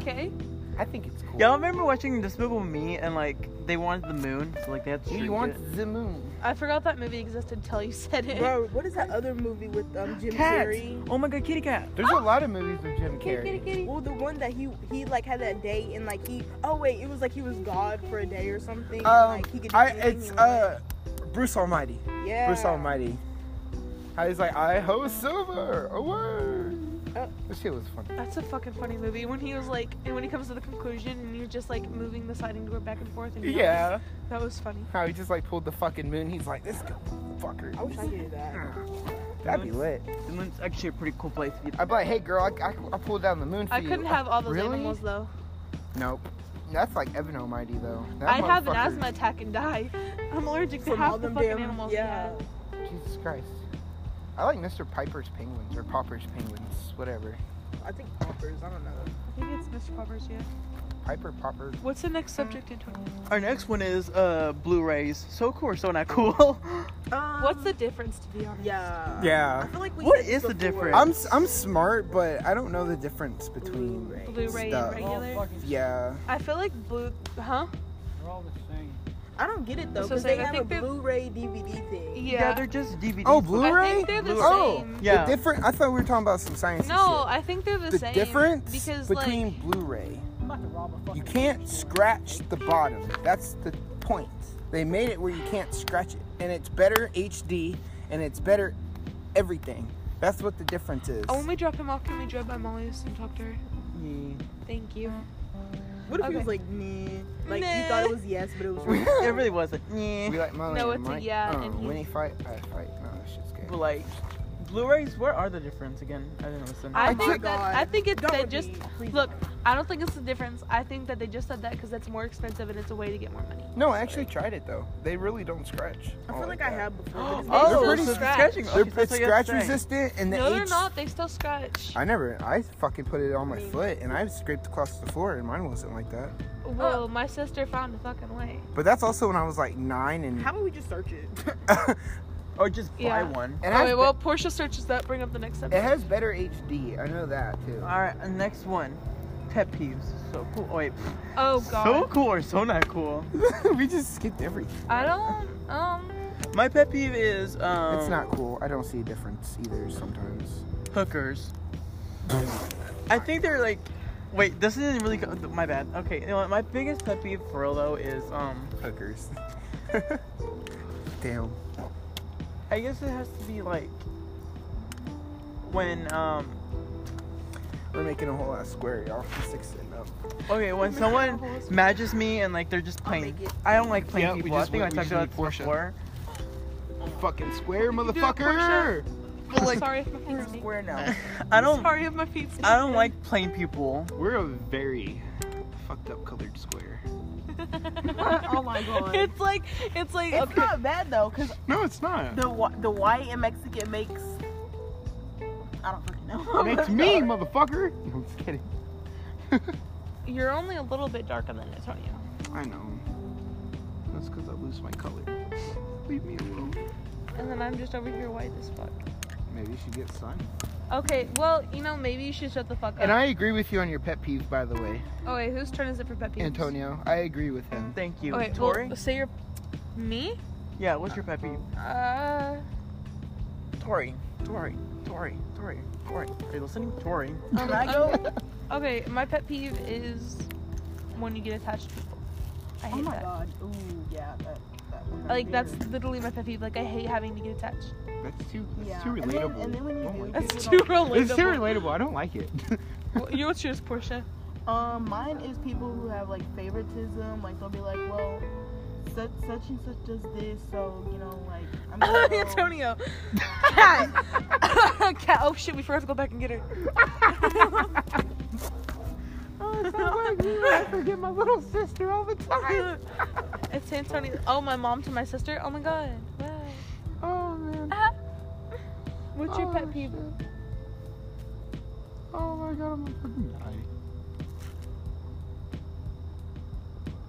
S3: okay.
S4: I think it's cool.
S6: Y'all remember watching Despicable Me and like they wanted the moon, so like they had to
S4: We
S6: shrink
S4: want
S6: it.
S4: the moon.
S3: I forgot that movie existed till you said it.
S2: Bro, what is that other movie with um, Jim
S6: Cats.
S2: Carrey?
S6: Oh my god, kitty cat.
S4: There's a lot of movies with Jim
S3: Kitty, kitty,
S4: Carrey.
S3: kitty.
S2: Well, the one that he he like had that day and like he oh wait it was like he was God for a day or something. and,
S4: Um,
S2: like, he could do
S4: I
S2: anything
S4: it's
S2: he wanted.
S4: uh Bruce Almighty.
S2: yeah.
S4: Bruce Almighty. I was like, I ho silver away.
S2: Oh.
S4: This shit was funny.
S3: That's a fucking funny movie. When he was like, and when he comes to the conclusion, and you're just like moving the sliding door back and forth. And he-
S4: Yeah.
S3: That was funny.
S4: How he just like pulled the fucking moon. He's like, this go
S2: I wish
S4: fucker.
S2: I could do
S3: Hmm.
S2: that.
S4: Oh, That'd be lit.
S6: The moon's actually a pretty cool place to be.
S4: I'd be like, hey girl, I, I, I pulled down the moon for
S3: I
S4: you.
S3: couldn't have all those
S4: Really?
S3: animals though.
S4: Nope. That's like Evan Almighty though. That
S3: I'd have an
S4: motherfucker-
S3: asthma attack and die. I'm allergic to
S2: From all
S3: half the
S2: them
S3: fucking
S2: damn-
S3: animals.
S2: yeah.
S4: Jesus Christ. I like Mr. Piper's penguins or Popper's penguins, whatever.
S2: I think poppers. I don't know.
S3: I think it's Mr. Poppers. Yeah.
S4: Piper Popper.
S3: What's the next subject, Antonio?
S6: Our next one is uh Blu-rays. So cool or so not cool?
S2: Um,
S3: What's the difference, to be honest?
S2: Yeah. I
S4: Yeah.
S2: feel like we
S6: What
S2: said this
S6: is the
S2: before.
S6: difference?
S4: I'm s- I'm smart, but I don't know the difference between.
S2: Blu-ray.
S3: Blu-ray
S4: Stuff.
S3: and
S5: Oh,
S3: regular.
S4: Yeah.
S3: I feel like blue, huh?
S5: They're all the same.
S2: I don't get it though
S3: So
S2: because
S3: saying
S2: they
S3: I
S2: have a
S3: think they're-
S2: Blu-ray DVD thing.
S3: Yeah.
S6: yeah. they're just DVDs.
S4: Oh,
S6: but-
S4: Blu-ray.
S3: I think they're the
S4: Blu-ray. Oh.
S3: same.
S6: Yeah.
S4: The different. I thought we were talking about some science.
S3: No, I think they're the,
S4: and shit. the
S3: same.
S4: difference
S3: because
S4: between
S3: like
S4: Blu-ray.
S5: I'm about to rob a fucking
S4: You can't
S5: grocery store.
S4: scratch the bottom. That's the point. They made it where you can't scratch it, and it's better HD, and it's better everything. That's what the difference is.
S3: oh, when we drop him off, can we drive by Molly's and talk to her? Thank you.
S2: What if
S3: Okay.
S2: it was like nah? Like
S3: Nah.
S2: you thought it was yes, but it was
S4: We
S2: really
S6: it really wasn't.
S4: we
S6: Yeah.
S4: like Molly
S3: No,
S4: and
S3: it's a
S4: Mike.
S3: yeah,
S4: Oh,
S3: and he-
S4: when he fight, I fight. No, that shit's gay.
S6: But like, Blu-rays. Where are the difference again? I didn't listen.
S3: I
S4: Oh my
S3: think that
S2: God.
S3: I think it's
S2: That
S3: they
S2: would
S3: just
S2: be- please
S3: look. I don't think it's the difference. I think that they just said that because that's more expensive and it's a way to get more money.
S4: No, I actually tried it though. They really don't scratch.
S2: I feel like I have before. but it's
S6: oh,
S2: not-
S4: they're
S6: so
S4: pretty
S6: it's
S3: scratch.
S6: scratching.
S4: They're
S6: Okay, so that's
S4: it's
S6: what you
S4: scratch
S6: have to say.
S4: resistant, and the
S3: no, they're
S4: H-
S3: not. They still scratch.
S4: I never. I fucking put it on my
S2: Me.
S4: foot, and I scraped across the floor, and mine wasn't like that.
S3: Whoa, my sister found a fucking way.
S4: But that's also when I was like nine, and
S2: How about we just search it?
S6: Or Oh, just buy
S3: Yeah.
S6: one.
S4: it
S3: oh,
S4: has,
S3: wait,
S4: be-
S3: well, Portia searches that. Bring up the next
S4: it
S3: subject.
S4: has better HD. I know that too.
S2: Uh,
S6: All right, and next one. Pet peeves. So cool. Oh, wait.
S3: Oh
S6: So
S3: God,
S6: cool or so not cool?
S4: we just skipped everything.
S3: I don't. Um,
S1: My pet peeve is um,
S6: it's not cool. I don't see a difference either sometimes.
S1: hookers. I think they're like, wait, this isn't really co- my bad. Okay, you know what, my biggest pet peeve for real though is um,
S6: Hookers. Damn.
S1: I guess it has to be like when um,
S6: We're making a whole ass square, y'all. Six and up.
S1: okay, when someone matches me and like they're just playing. I don't like playing people. I think I talked about this before.
S6: Fucking square,
S3: do that, Portia?
S6: motherfucker!
S1: But like,
S3: Sorry if my feet's squeaky.
S2: Square no.
S1: I don't,
S3: Sorry if my feet's
S1: I don't like playing people.
S4: We're a very fucked up colored square.
S2: oh my god. It's,
S3: It's like it's like okay.
S2: not bad though, cause
S4: No, it's not.
S2: the wh- the white and Mexican makes. I don't fucking know.
S4: Makes me, motherfucker. No, I'm just kidding.
S3: You're only a little bit darker than Antonio.
S4: I know. That's because I lose my color. Leave me alone.
S3: And then I'm just over here white as fuck.
S6: Maybe you should get signed.
S3: Okay, well, you know, maybe you should shut the fuck up.
S6: And I agree with you on your pet peeve, by the way,
S3: Oh wait, whose turn is it for pet peeves?
S6: Antonio. I agree with him.
S1: Thank you,
S3: Okay,
S1: Tori.
S3: well, say your me.
S1: yeah, what's your pet peeve?
S3: Uh,
S1: Tori, Tori, Tori, Tori, Tori. Are you listening, Tori?
S3: Oh,
S2: Can I go?
S3: okay, my pet peeve is when you get attached to people. I
S2: Oh
S3: hate
S2: my
S3: that.
S2: god. Ooh, yeah. That, that one
S3: Like
S2: there.
S3: that's literally my pet peeve. Like I hate having to get attached.
S4: That's too. That's
S2: Yeah.
S4: too
S2: And then-
S4: relatable. Oh
S2: and then when you
S4: I don't
S2: do-
S4: like it.
S3: That's too relatable.
S4: It's too relatable. I don't like it.
S3: Well, you- What's yours, Portia?
S2: Um, mine is people who have like favoritism. Like they'll be like, well, such such and such does this, so you know, like I'm gonna go-
S3: Antonio. Cat. Oh shit, we forgot to go back and get her.
S2: Oh,
S4: forget my little sister all the time.
S3: It's Antonio. Oh, my mom to my sister. Oh my god. Wow.
S4: Oh man.
S3: What's your
S4: Oh,
S3: pet peeve?
S4: shit. Oh my god, I'm gonna fucking die.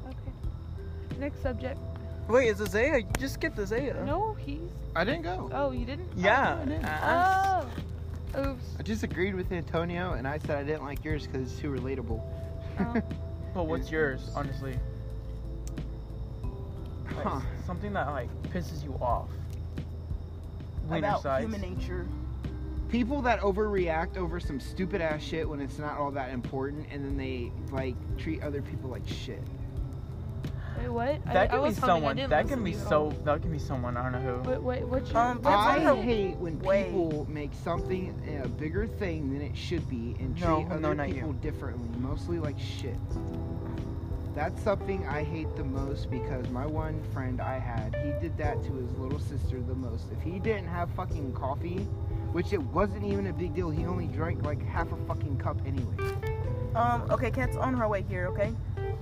S3: Okay. Next subject.
S1: Wait, it's Isaiah. You Just skip Isaiah.
S3: No, he's.
S4: I didn't go.
S3: Oh, you didn't.
S1: Yeah.
S4: no, I didn't.
S1: Uh,
S3: Oh. Oops.
S4: I just agreed with Antonio, and I said I didn't like yours because it's too relatable.
S3: Oh.
S1: But what's yours, honestly? Like,
S4: Huh.
S1: Something that like pisses you off. Winner
S2: about
S1: size.
S2: human nature.
S4: People that overreact over some stupid ass shit when it's not all that important, and then they like treat other people like shit.
S3: Wait, what? I-
S1: That
S3: I
S1: can be
S3: was humming, I
S1: someone.
S3: didn't
S1: That can
S3: listen
S1: be
S3: to you at
S1: so.
S3: all.
S1: That can be someone. I don't know who.
S3: Wait, wait, what's your?
S2: Um,
S3: what's
S4: I
S2: on the
S4: hate when
S2: way.
S4: people make something eh, a bigger thing than it should be and treat
S1: No, no,
S4: other
S1: not you.
S4: people differently, mostly like shit. That's something I hate the most because my one friend I had, he did that to his little sister the most. If he didn't have fucking coffee, which it wasn't even a big deal, he only drank like half a fucking cup anyway.
S2: Um, okay, cat's on her way here. Okay.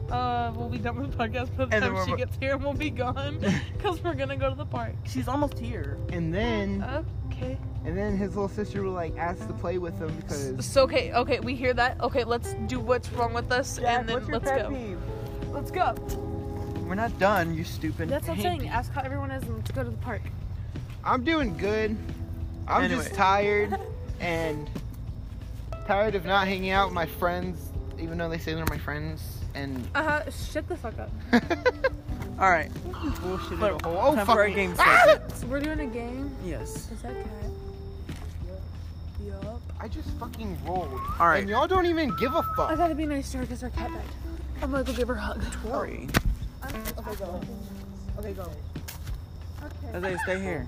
S3: Uh, we'll be done with the podcast by the
S1: And then
S3: time
S1: we're-
S3: she gets here, and we'll be gone because we're gonna go to the park.
S2: She's almost here.
S4: And then,
S3: Okay.
S4: and then his little sister would like ask to play with him because
S3: So okay, okay, we hear that. Okay, let's do what's wrong with us, and then
S1: what's your
S3: let's
S1: pet
S3: go.
S1: peeve?
S3: Let's go.
S1: We're not done. You stupid.
S7: That's what I'm
S1: Hey,
S7: saying. Ask how everyone is and let's go to the park.
S4: I'm doing good. I'm
S1: Anyway.
S4: just tired and tired of not hanging out with my friends, even though they say they're my friends. And
S7: Uh huh. Shut the fuck up.
S1: All right.
S4: bullshit
S1: But-
S4: a whole.
S1: time
S4: Oh
S1: for our
S4: fuck
S1: game
S4: me.
S1: segment.
S7: So we're doing a game.
S1: Yes.
S7: Is that cat? Yup.
S4: I just fucking rolled.
S1: All right.
S4: And y'all don't even give a
S7: I
S4: fuck.
S7: gotta Oh, be nice to her because her cat died. I'm gonna go give her a hug.
S1: Tori.
S2: Okay, go. Okay, go.
S1: Isaiah, stay here.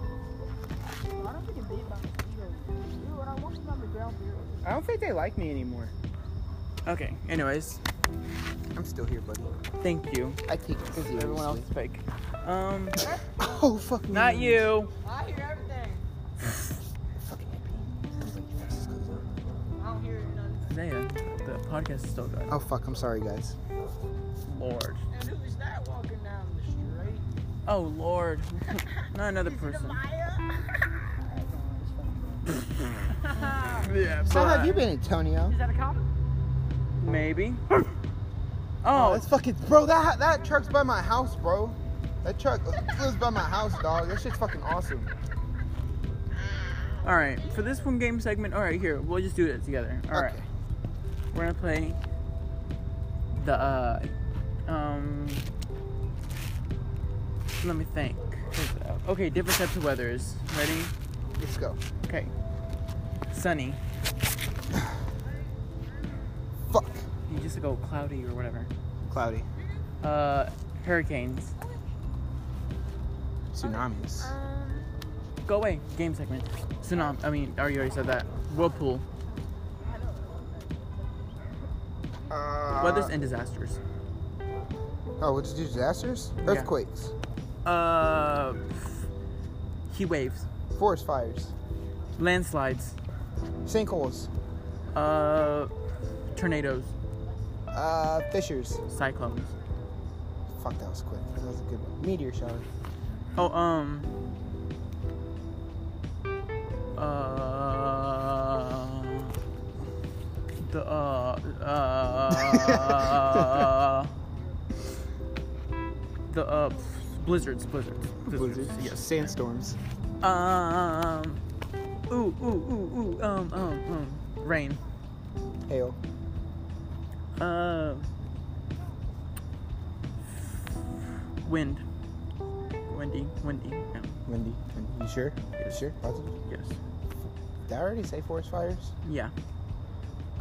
S2: I don't think it did by mosquitoes. Dude, when I walked him on the ground, we were-
S4: I don't think they like me anymore.
S1: Okay. Anyways,
S6: I'm still here, buddy.
S1: thank you.
S4: I take it
S1: Because everyone else
S4: seriously.
S1: is fake. Um,
S4: Oh fuck me.
S1: not you.
S5: I hear everything. I don't hear it, none.
S1: Isaiah, the podcast is still going.
S4: Oh fuck. I'm sorry, guys.
S1: Lord.
S5: And who is that walking down the street?
S1: Oh Lord. Not another
S5: Is it
S1: person.
S5: Maya?
S1: Yeah.
S4: So how have you been, Antonio?
S5: Is that a cop?
S1: Maybe.
S4: Oh,
S1: Oh,
S4: that's fucking bro. That that truck's by my house, bro. That truck lives by my house, dog. That shit's fucking awesome.
S1: all right. For this one game segment, all right, here we'll just do it together. All right,
S4: Okay.
S1: we're gonna play the uh, um, let me think. Okay, different types of weathers. Ready?
S4: Let's go.
S1: Okay. Sunny.
S4: Fuck.
S1: You just go cloudy or whatever.
S4: Cloudy.
S1: Uh, hurricanes.
S4: Tsunamis.
S1: Go away. Game segment. Tsunami. I mean, I already said that. Whirlpool.
S4: Uh,
S1: Weathers and disasters.
S4: oh, we'll just do disasters?
S1: Yeah.
S4: Earthquakes.
S1: Uh, heat waves,
S4: Forest fires.
S1: landslides,
S4: Sinkholes.
S1: uh, tornadoes,
S4: Uh, fissures.
S1: cyclones.
S4: Fuck, that was quick. That was a good one. Meteor shower.
S1: Oh, um. Uh, the uh, uh, the uh, blizzards, blizzards, Yes.
S4: Sandstorms.
S1: Um. Ooh, ooh, ooh, ooh. Um, um, um. Rain.
S4: Hail.
S1: Uh, wind. Windy. Windy. Yeah.
S4: Windy. Windy. You sure? You sure? Positive?
S1: Yes.
S4: Did I already say forest fires?
S1: Yeah.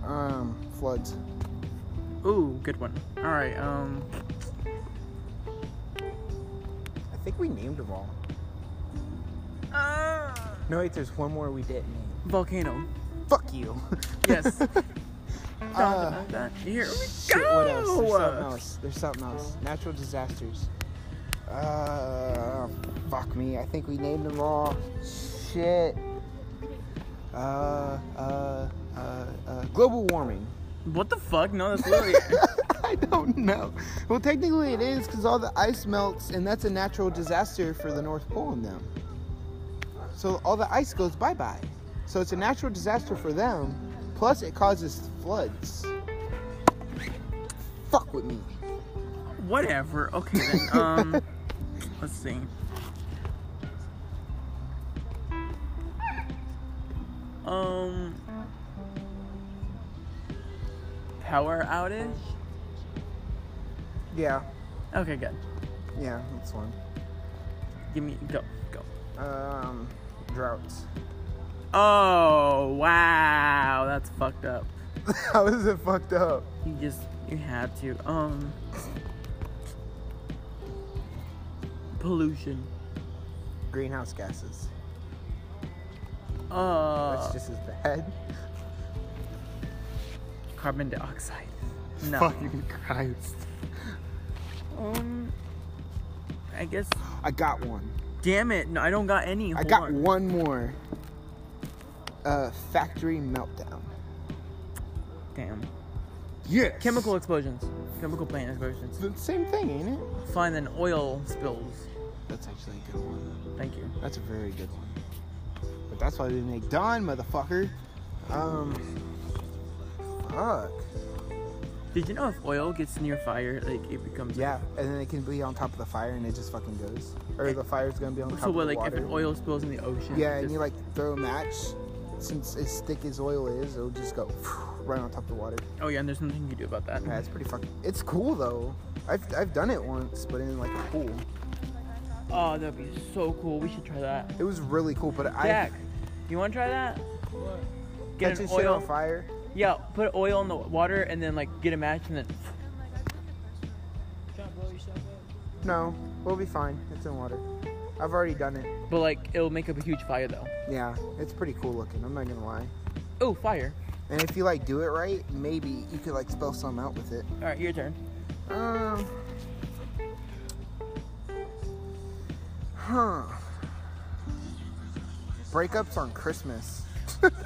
S4: Um, floods.
S1: Ooh, good one. All right. Um.
S4: I think we named them all. No, wait, there's one more we didn't name.
S1: Volcano.
S4: Fuck you.
S1: Yes.
S4: uh,
S1: that. Here we
S4: shit,
S1: go.
S4: what else? There's something else. There's something else. Natural disasters. Uh, fuck me. I think we named them all. Shit. Uh, uh, uh, uh, global warming.
S1: What the fuck? No, that's literally.
S4: I don't know. Well, technically it is because all the ice melts, and that's a natural disaster for the North Pole and them. So all the ice goes bye bye. So it's a natural disaster for them. Plus, it causes floods. Fuck with me.
S1: whatever. Okay then. Um. let's see. Um. Power outage.
S4: Yeah,
S1: Okay, good.
S4: yeah, that's one.
S1: Give me go go.
S4: Um, droughts.
S1: Oh wow, that's fucked up.
S4: How is it fucked up?
S1: You just you had to. Um pollution.
S4: Greenhouse gases.
S1: Uh
S4: That's just as bad.
S1: carbon dioxide. No.
S4: Fucking Christ.
S1: Um I guess
S4: I got one.
S1: damn it, no I don't got any.
S4: I
S1: Hold
S4: got
S1: on.
S4: one more. Uh, factory meltdown.
S1: Damn.
S4: Yes.
S1: Chemical explosions. Chemical plant explosions.
S4: The same thing, ain't it?
S1: Fine then oil spills.
S4: That's actually a good one.
S1: Thank you.
S4: That's a very good one. But that's why we make Don, motherfucker. Um. Fuck.
S1: Did you know if oil gets near fire, like it becomes
S4: Yeah, and then it can be on top of the fire, and it just fucking goes. Or the fire's gonna be on top
S1: so
S4: of the
S1: what like
S4: water.
S1: if an oil spills in the ocean?
S4: yeah,
S1: it
S4: and
S1: just-
S4: you like throw a match. Since as thick as oil is, it'll just go right on top of the water.
S1: Oh yeah, and there's nothing you can do about that.
S4: Yeah, it's pretty fucking. It's cool though. I've, I've done it once, but in like a pool.
S1: Oh, that'd be so cool. We should try that.
S4: It was really cool, but I
S1: Jack, you want to try that? Get
S4: catching
S1: an
S4: shit
S1: oil.
S4: on fire.
S1: Yeah, put oil in the water and then like get a match and then.
S5: Trying to blow yourself up.
S4: No, we'll be fine. It's in water. I've already done it.
S1: But like it'll make up a huge fire though.
S4: Yeah, it's pretty cool looking. I'm not gonna lie.
S1: Oh, fire!
S4: And if you like do it right, maybe you could like spell some out with it.
S1: All right, your turn.
S4: Um. Huh. Breakups on Christmas.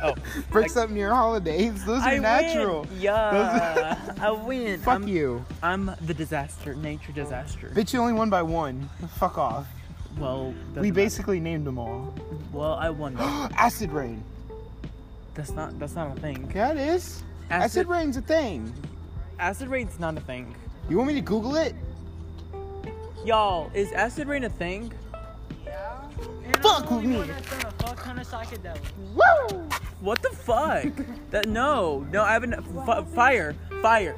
S1: Oh,
S4: Breaks up near holidays. Those are
S1: I
S4: natural.
S1: Win. Yeah, I win.
S4: Fuck
S1: I'm,
S4: you.
S1: I'm the disaster, nature disaster.
S4: Bitch, you only won by one. Fuck off.
S1: Well,
S4: we
S1: doesn't
S4: basically named them all.
S1: matter. Well, I won.
S4: Acid rain.
S1: that's not. That's not a thing.
S4: Yeah, it is. Acid,
S1: Acid
S4: rain's a thing.
S1: acid rain's not a thing.
S4: You want me to Google it?
S1: Y'all, is acid rain a thing?
S4: Fuck with me.
S5: Fuck ton of psychedelic.
S4: Woo!
S1: What the fuck? that no, no, I haven't. F- fire, fire,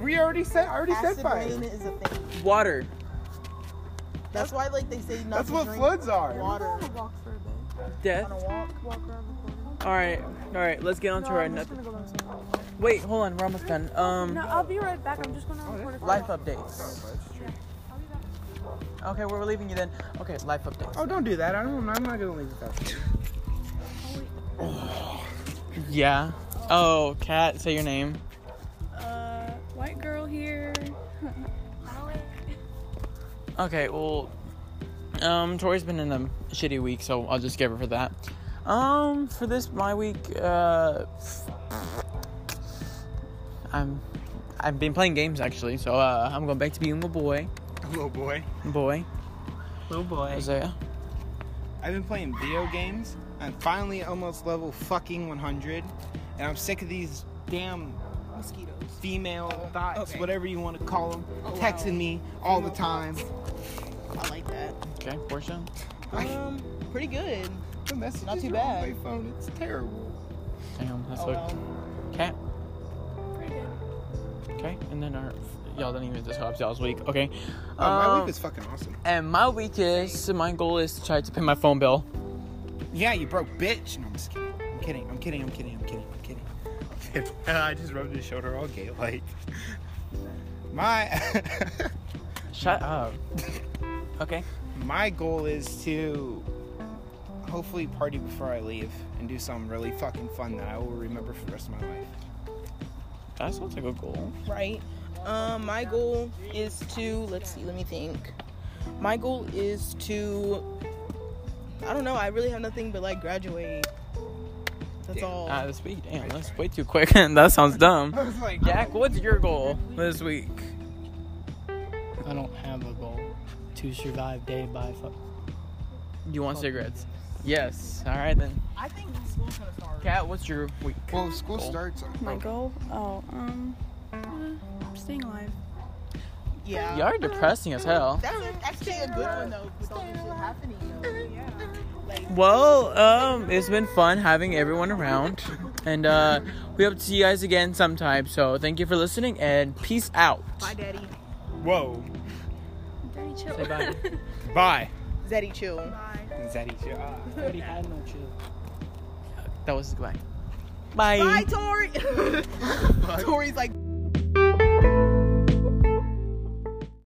S8: We already said. I already said
S2: Acid
S8: five.
S2: rain is a thing.
S1: Water.
S2: That's why, like, they say not
S8: That's
S2: to
S8: what
S2: drink
S8: floods are.
S2: Water
S9: I'm gonna walk for a bit.
S1: Death.
S2: on a walk.
S9: Walk around the corner.
S1: All right. All right. Let's get on to
S9: no,
S1: our
S9: I'm just
S1: another.
S9: gonna go downstairs.
S1: Wait. Hold on. We're almost done.
S3: Mm-hmm.
S9: No,
S1: Um.
S9: I'll be right back. I'm just going to record a
S1: Life
S9: photo.
S1: updates.
S9: I'll be back.
S1: Okay, we're leaving you then. Okay. Life updates.
S8: Oh, don't do that. I don't. I'm not gonna leave it that.
S1: Yeah. Oh, cat. Say your name.
S3: Uh, white girl here.
S1: Okay, well, um, Tori's been in a shitty week, so I'll just give her for that. Um, for this my week, uh, I'm I've been playing games actually, so uh, I'm going back to being my boy,
S4: Little boy.
S1: boy
S5: Little boy.
S1: Isaiah.
S4: I've been playing video games. I'm finally almost level fucking 100, and I'm sick of these damn
S2: Mosquitoes.
S4: female thoughts,
S2: okay.
S4: whatever you want to call them,
S2: Oh, wow.
S4: texting me all the time.
S2: I like that.
S1: Okay, Portia.
S2: Um, pretty good.
S4: The messages
S2: Not too
S4: are on
S2: bad.
S4: my phone. It's terrible.
S1: Damn, that's
S2: Oh,
S4: Um,
S1: so.
S2: well.
S1: Cat.
S3: Pretty good.
S1: Okay, and then our y'all didn't even describe y'all's week. Okay.
S4: Oh, my
S2: Uh,
S1: Um,
S4: week is fucking awesome.
S1: And my week is my goal is to try to pay my phone bill.
S4: Yeah, you broke, bitch. No, I'm just kidding. I'm kidding. I'm kidding. I'm kidding. I'm kidding. I'm kidding. And uh, I just rubbed his shoulder all gay like. My
S1: Shut up. Okay.
S4: my goal is to hopefully party before I leave and do something really fucking fun that I will remember for the rest of my life.
S1: That sounds like a goal.
S2: right? Um, my goal is to let's see, let me think. My goal is to I don't know, I really have nothing but like graduate. That's all.
S1: Ah, this week, damn, that's way too quick. that sounds dumb.
S4: was like,
S1: Jack, what's your goal this week?
S5: I don't have a goal to survive day by fuck.
S1: You want cigarettes? Yes. All right then.
S2: Oh. I think school's gonna start.
S1: Cat, what's your week?
S4: well, if school
S1: Goal.
S4: starts.
S3: My
S4: oh,
S3: goal? Oh, um, uh, staying alive.
S2: Yeah.
S1: Y'all are depressing as hell.
S2: That's actually a good one though, with all this shit happening.
S1: Well, um, it's been fun having everyone around, and uh, we hope to see you guys again sometime. So thank you for listening, and peace out.
S2: Bye daddy.
S4: Whoa.
S3: Daddy, chill.
S1: Say bye.
S4: Bye.
S2: Zeddy chill.
S4: Zaddy. Ah.
S5: I already had no chill.
S1: That was goodbye.
S2: Bye Tori. Tori's like